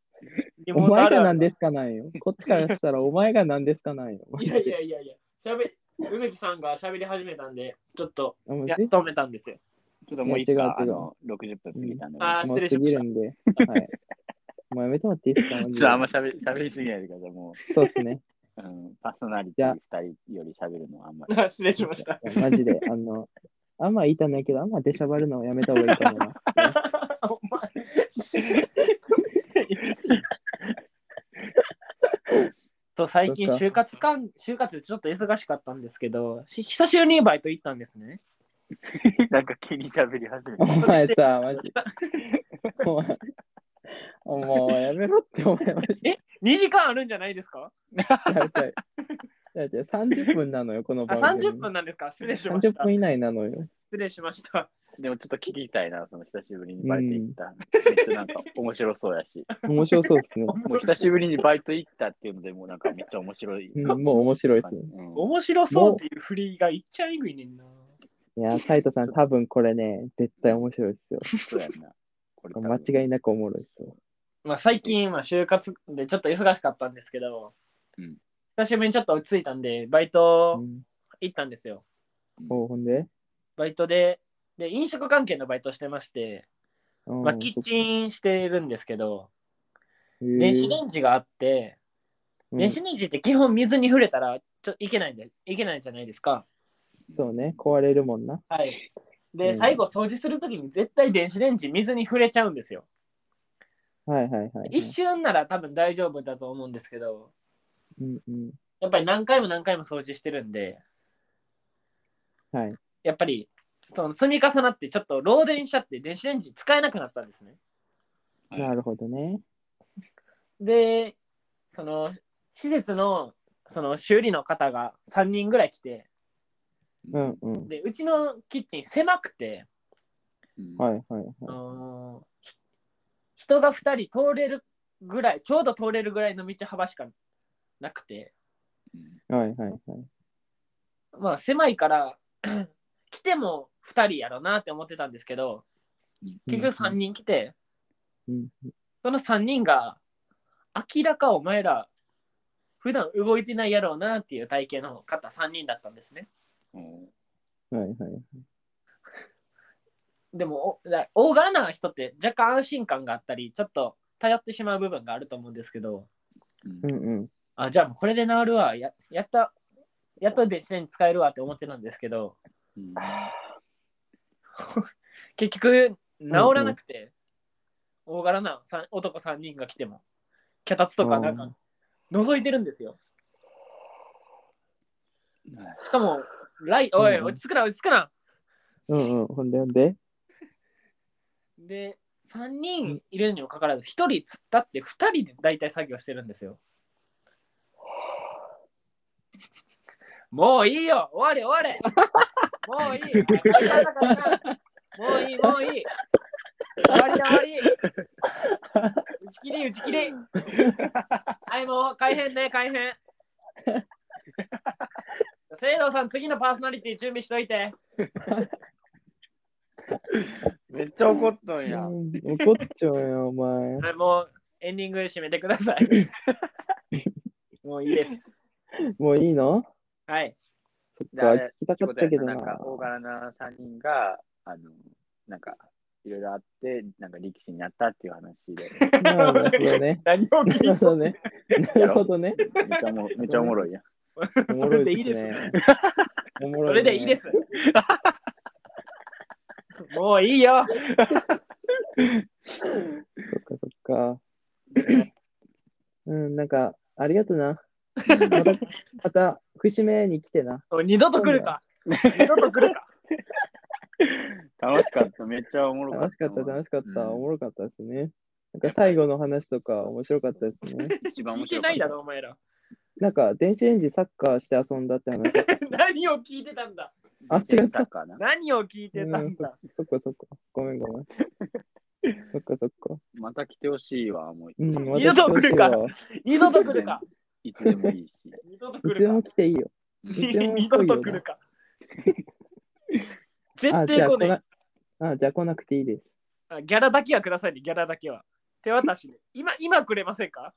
B: リ
C: お
B: モート
C: 前
B: ある
C: が
B: あ
C: 何
B: る
C: ですかなんよ。こっちからしたらお前が何ですかなんよ。
B: いやいやいやいや、しゃべ、梅木さんがしゃべり始めたんで、ちょっと
C: あマ
B: やっ
C: ジ
B: と止めたんですよ。
A: ちょっともういい
C: い
A: っ
C: や違う
A: か、あ
C: 違う
A: の、60分過ぎたんで。
B: うんあー
A: ち
C: もう過ぎるんで。はい。もうやめてもらっていいですかマ
A: ょっ
C: ジで
A: とあんましゃべしゃべりすぎないでください。も
C: そうですね。
A: う、うん、パーソナリティ2人よりしゃべるのはあんまり。
B: 失礼しました。
C: マジで。あの、あんま言いたないけど、あんま出しゃばるのはやめた方がいいかもな。
B: お前そう最近
C: そうっす
B: 就活かん就活でちょっと忙しかったんですけどし久しぶりにバイト行ったんですね。
A: なんか気にしゃべり始め
C: お
A: た。
C: 前さ、マジ。お前。もうやめろって、お前マジ。
B: え2時間あるんじゃないですか
C: ちゃうちゃう。ちゃうちゃう30分なのよ、この
B: あ
C: 番組。
B: 30分なんですか失礼しました。
C: 30分以内なのよ。
B: 失礼しました。
A: でもちょっと聞きたいな、その久しぶりにバイト行った。めっちゃなんか面白そうやし。
C: 面白そう ですね。
A: もう久しぶりにバイト行ったっていうので、もうなんかめっちゃ面白い。
C: うん、もう面白いですね。
A: うん
B: 面白そうっていう振りがいっちゃえぐいねんな。
C: いや、斉藤さん、多分これね、絶対面白いですよ。
A: そうやんな。これ
C: 間
A: い。
C: 違いなくおもろいです よ。
B: まあ、最近、まあ、就活でちょっと忙しかったんですけど、
A: うん
B: 久しぶりにちょっと落ち着いたんで、バイト
C: うん、
B: 行ったんですよ。
C: おうほんで、
B: バイトで、で、飲食関係のバイトしてまして、
C: うん
B: まあ、キッチンしてるんですけど、
C: ン
B: 電子レンジがあって、電子レンジって基本水に触れたらちょいけないんで、いけないじゃないですか。
C: そうね、壊れるもんな。
B: はい。
C: う
B: で、
C: ん
B: 最後掃除するときに絶対電子レンジ水に触れちゃうんですよ。
C: はいはいはいはい。
B: 一瞬なら多分大丈夫だと思うんですけど、
C: うんうん。
B: やっぱり何回も何回も掃除してるんで、
C: はい。
B: やっぱりその積み重なってちょっと漏電しちゃって電子レンジ使えなくなったんですね。
A: はい
C: なるほどね。
B: で、その施設のその修理の方が3人ぐらい来て、
C: うんうん。
B: で、うちのキッチン狭くて、
A: うん
C: はいはいはい。
B: あのひ人が2人通れるぐらい、ちょうど通れるぐらいの道幅しかなくて、
A: うん
C: はいはいはい。
B: まあ狭いから 来ても2人やろなって思ってたんですけど結局3人来て、
C: うん
B: その3人が明らかお前ら普段動いてないやろうなっていう体型の方3人だったんですね
A: うん
C: うん。はいはい。
B: でもおだ大柄な人って若干安心感があったりちょっと頼ってしまう部分があると思うんですけど
A: う
C: う
A: んん
C: うん。
B: あじゃあもうこれで治るわややったやっと電子レンジ使えるわって思ってたんですけど
A: うん
B: 結局治らなくて、大柄なさん男3人が来ても脚立とかなん
C: う
B: か覗いてるんですよしかもライおい
C: うん
B: 落ち着くな落ち着くな、
C: うんうん。ほんでほんで。
B: で3人いるにもかかわらず1人釣ったって2人で大体作業してるんですよもういいよ終われ終われもういいあわかったわかったもういいもういい終わりだ終わり打ち切り打ち切りはいもう改変ね改変聖堂さん次のパーソナリティ準備しといて
A: めっちゃ怒っとん
C: う
A: や。
C: ん怒っちゃうよ、お前。
B: はい、もうエンディング締めてください。もういいです。
C: もういいの
B: はい。
C: そっ
A: で
C: か、
A: あ
C: 聞
A: れ
C: きたかったけど
A: な
C: な。
A: んか大柄な3人が、あの、なんか、いろいろあって、なんか力士になったっていう話で、
C: なるほどね。
B: 何を
C: な
B: 聞
C: る
B: いた
C: ほどね。なるほどね。
A: めっちゃおもめっちゃおもろいやん。
C: おも
B: そ
C: ろ
B: れ
C: い
B: でいいです。
C: すね。おも
B: そ
C: ろ
B: れ
C: いね
B: でいいです。もういいよ。
C: そっかそっか。うん、なんか、ありがとな。また、また節目に来てな。
B: もう二度と来るか。二度と来るか。
A: 楽しかった、めっちゃおもろかった。
C: 楽しかった、楽しかった。
A: うん
C: おもろかったですね。なんか最後の話とか面白かったです ね。
A: 一番
B: 聞
A: 面
B: いて
A: 白か
B: な
A: っ
B: いだ
A: た。
B: ろ、お前ら。
C: なんか、電子レンジサッカーして遊んだって話。
B: 何を聞いてたんだ
C: あ違った
A: かな。
B: 何を聞いてたんだ
C: そっかそっか。ごめんごめ ん。そっかそっか。
A: また来てほしいわ、もう。
C: うん、ま
B: 二
C: た
B: 度と
C: 来
B: 来る
C: てほしい
B: か
C: わ。
B: 二度と来るか。
A: いつでもいいし。
B: 二度と
C: い
B: 来
C: つで
B: る
C: も
B: か。
C: 来ていいよ。いつでも来いよ
B: 二度と来るか。絶
C: あ、じ
B: 対
C: ゃあ
B: 来
C: 来
B: な。
C: ないあ、じゃあ来なくていいです。
B: あギャラだけはくださいね、ギャラだけは。手渡 しで。今、今くれませんか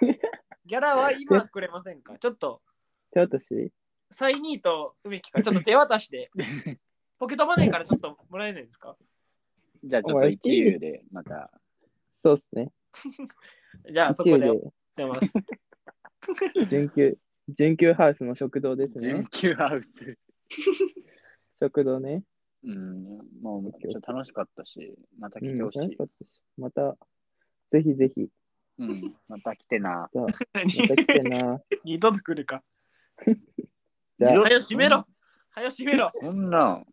B: ギャラは今くれませんかちょっと、
C: 手渡し
B: サイニーと梅 木からちょっと手渡しで。ポケットマネーからちょっともらえないですか
A: じゃあちょっと一流でまた。
C: そうですね。
B: じゃあそこ
C: 一
B: で
C: 応
B: 出ます。
C: で、準急、準急ハウスの食堂ですね
A: 準。急ハウス。
C: 食堂ね。
A: うん、もうちょっと楽しかったし、また
C: う
A: 来
C: ん、
A: てほ
C: 楽
A: し
C: し
A: い
C: か。ったし。また、ぜひぜひ、
A: うん、また来てな。
C: また来て な。
B: 二度と来るか。
C: じゃあ
A: 二度
B: はよ閉めろはよ閉めろ
A: こんなん、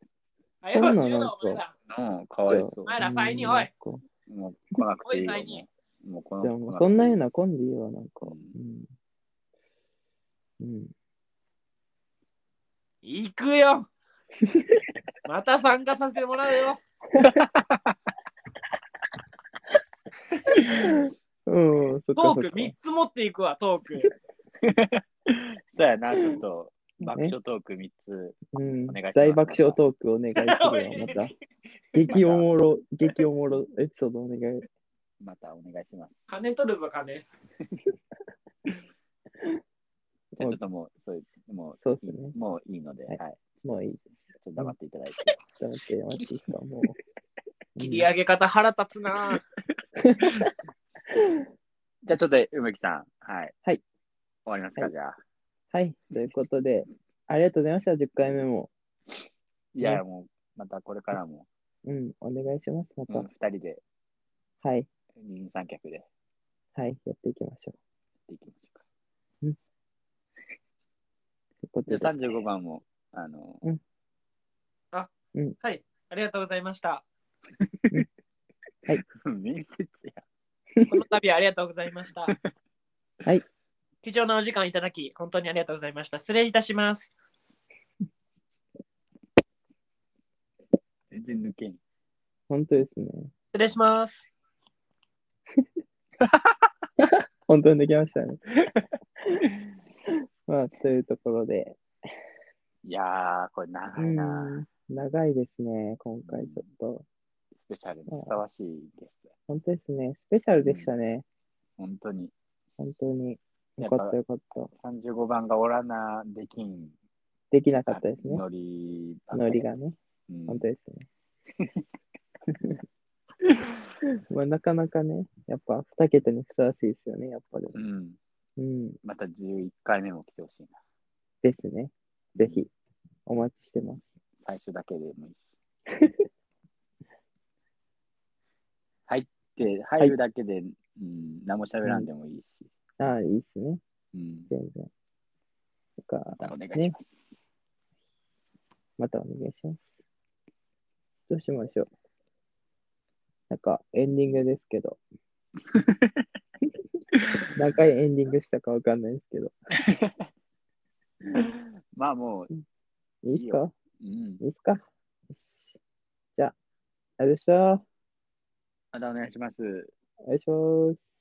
B: はよ閉め
C: そうな
B: ろ
C: の
B: お前ら
A: うん、かわいそ
B: お前ら
C: うん
B: サインにおい
C: こ
A: う。もう来なくていいよ。
B: おいサイニ
A: もうもうこ
C: う
A: の
C: じゃあもう、そんなような
A: こ
C: コンでいいわ、なんか。
A: う
C: うん。うん。
B: 行く よまた参加させてもらうよ
C: うん、そっかそ
B: ト
C: っか。
B: ーク3つ持っていくわ、トーク。
A: そうやな、ちょっと爆笑トーク3つ。
C: うん
A: お願いします、
C: 大爆笑トークお願いするわ、 また。激おもろ、激おもろエピソードお願い。
A: またお願いします。
B: 金取るぞ、金。
A: じゃあちょっともう、そうです。もう、
C: そうっすね
A: もういいので、は。
C: はいい
A: ちょっ
C: もういい。
A: と黙っていただいて。
C: ちょっと待って、待っていいですか、も う。
B: 切り上げ方腹立つな。
A: じゃあちょっと、梅木さん、はい。
C: はい
A: 終わりますか、
C: はい
A: じゃあ。
C: はい、ということで、ありがとうございました、10回目も。
A: いや、もう、またこれからも、
C: うん、お願いします、ま
A: うん、
C: た。
A: 2人で、
C: はい、
A: 二人三脚でやっ
C: はい、やっていきましょう。
A: ていきましょうか。
C: というこ
A: じ
C: と
A: ゃあ
C: で、。
A: 35番も、あの、
B: はい、ありがとうございました。
A: 面接や。
B: この度はありがとうございました。はい貴重なお時間いただき、本当にありがとうございました。失礼いたします。
A: 全然抜けん。
C: 本当ですね。
B: 失礼します。
C: 本当にできましたね。 まあ、というところで、
A: いやー、これ
C: う
A: 長いな。
C: ん、長いですね、今回ちょっと。
A: スペシャルにふさわしいゲストや。
C: 本当ですね、スペシャルでしたね。
A: 本当に。
C: 本当に。
A: や
C: よ
A: っ
C: か
A: ぱ
C: ったよかった。
A: 35番がおらな、できん。
C: できなかったですね。
A: ノリばっか
C: ノ
A: り
C: リ。がね。
A: うん
C: 本当です ね。まあ、なかなかね、やっぱ2桁にふさわしいですよね、やっぱり。
A: うん。
C: うん。
A: また11回目も来てほしいな。
C: ですね。ぜひ、お待ちしてます。
A: 最初だけでもいいし。 入って、入るだけで、うん、何も喋らんでもいいし。
C: ああ、いいですね。
A: うん。
C: 全然。とか、
A: またお願いします。
C: またお願いします。どうしましょう。なんか、エンディングです けど。何回エンディングしたかわかんないですけど。
A: まあもう、
C: いいですか
A: うん。
C: いいですかよしじゃあ、ありがとうございました。
A: またお願いします。
C: お願いします。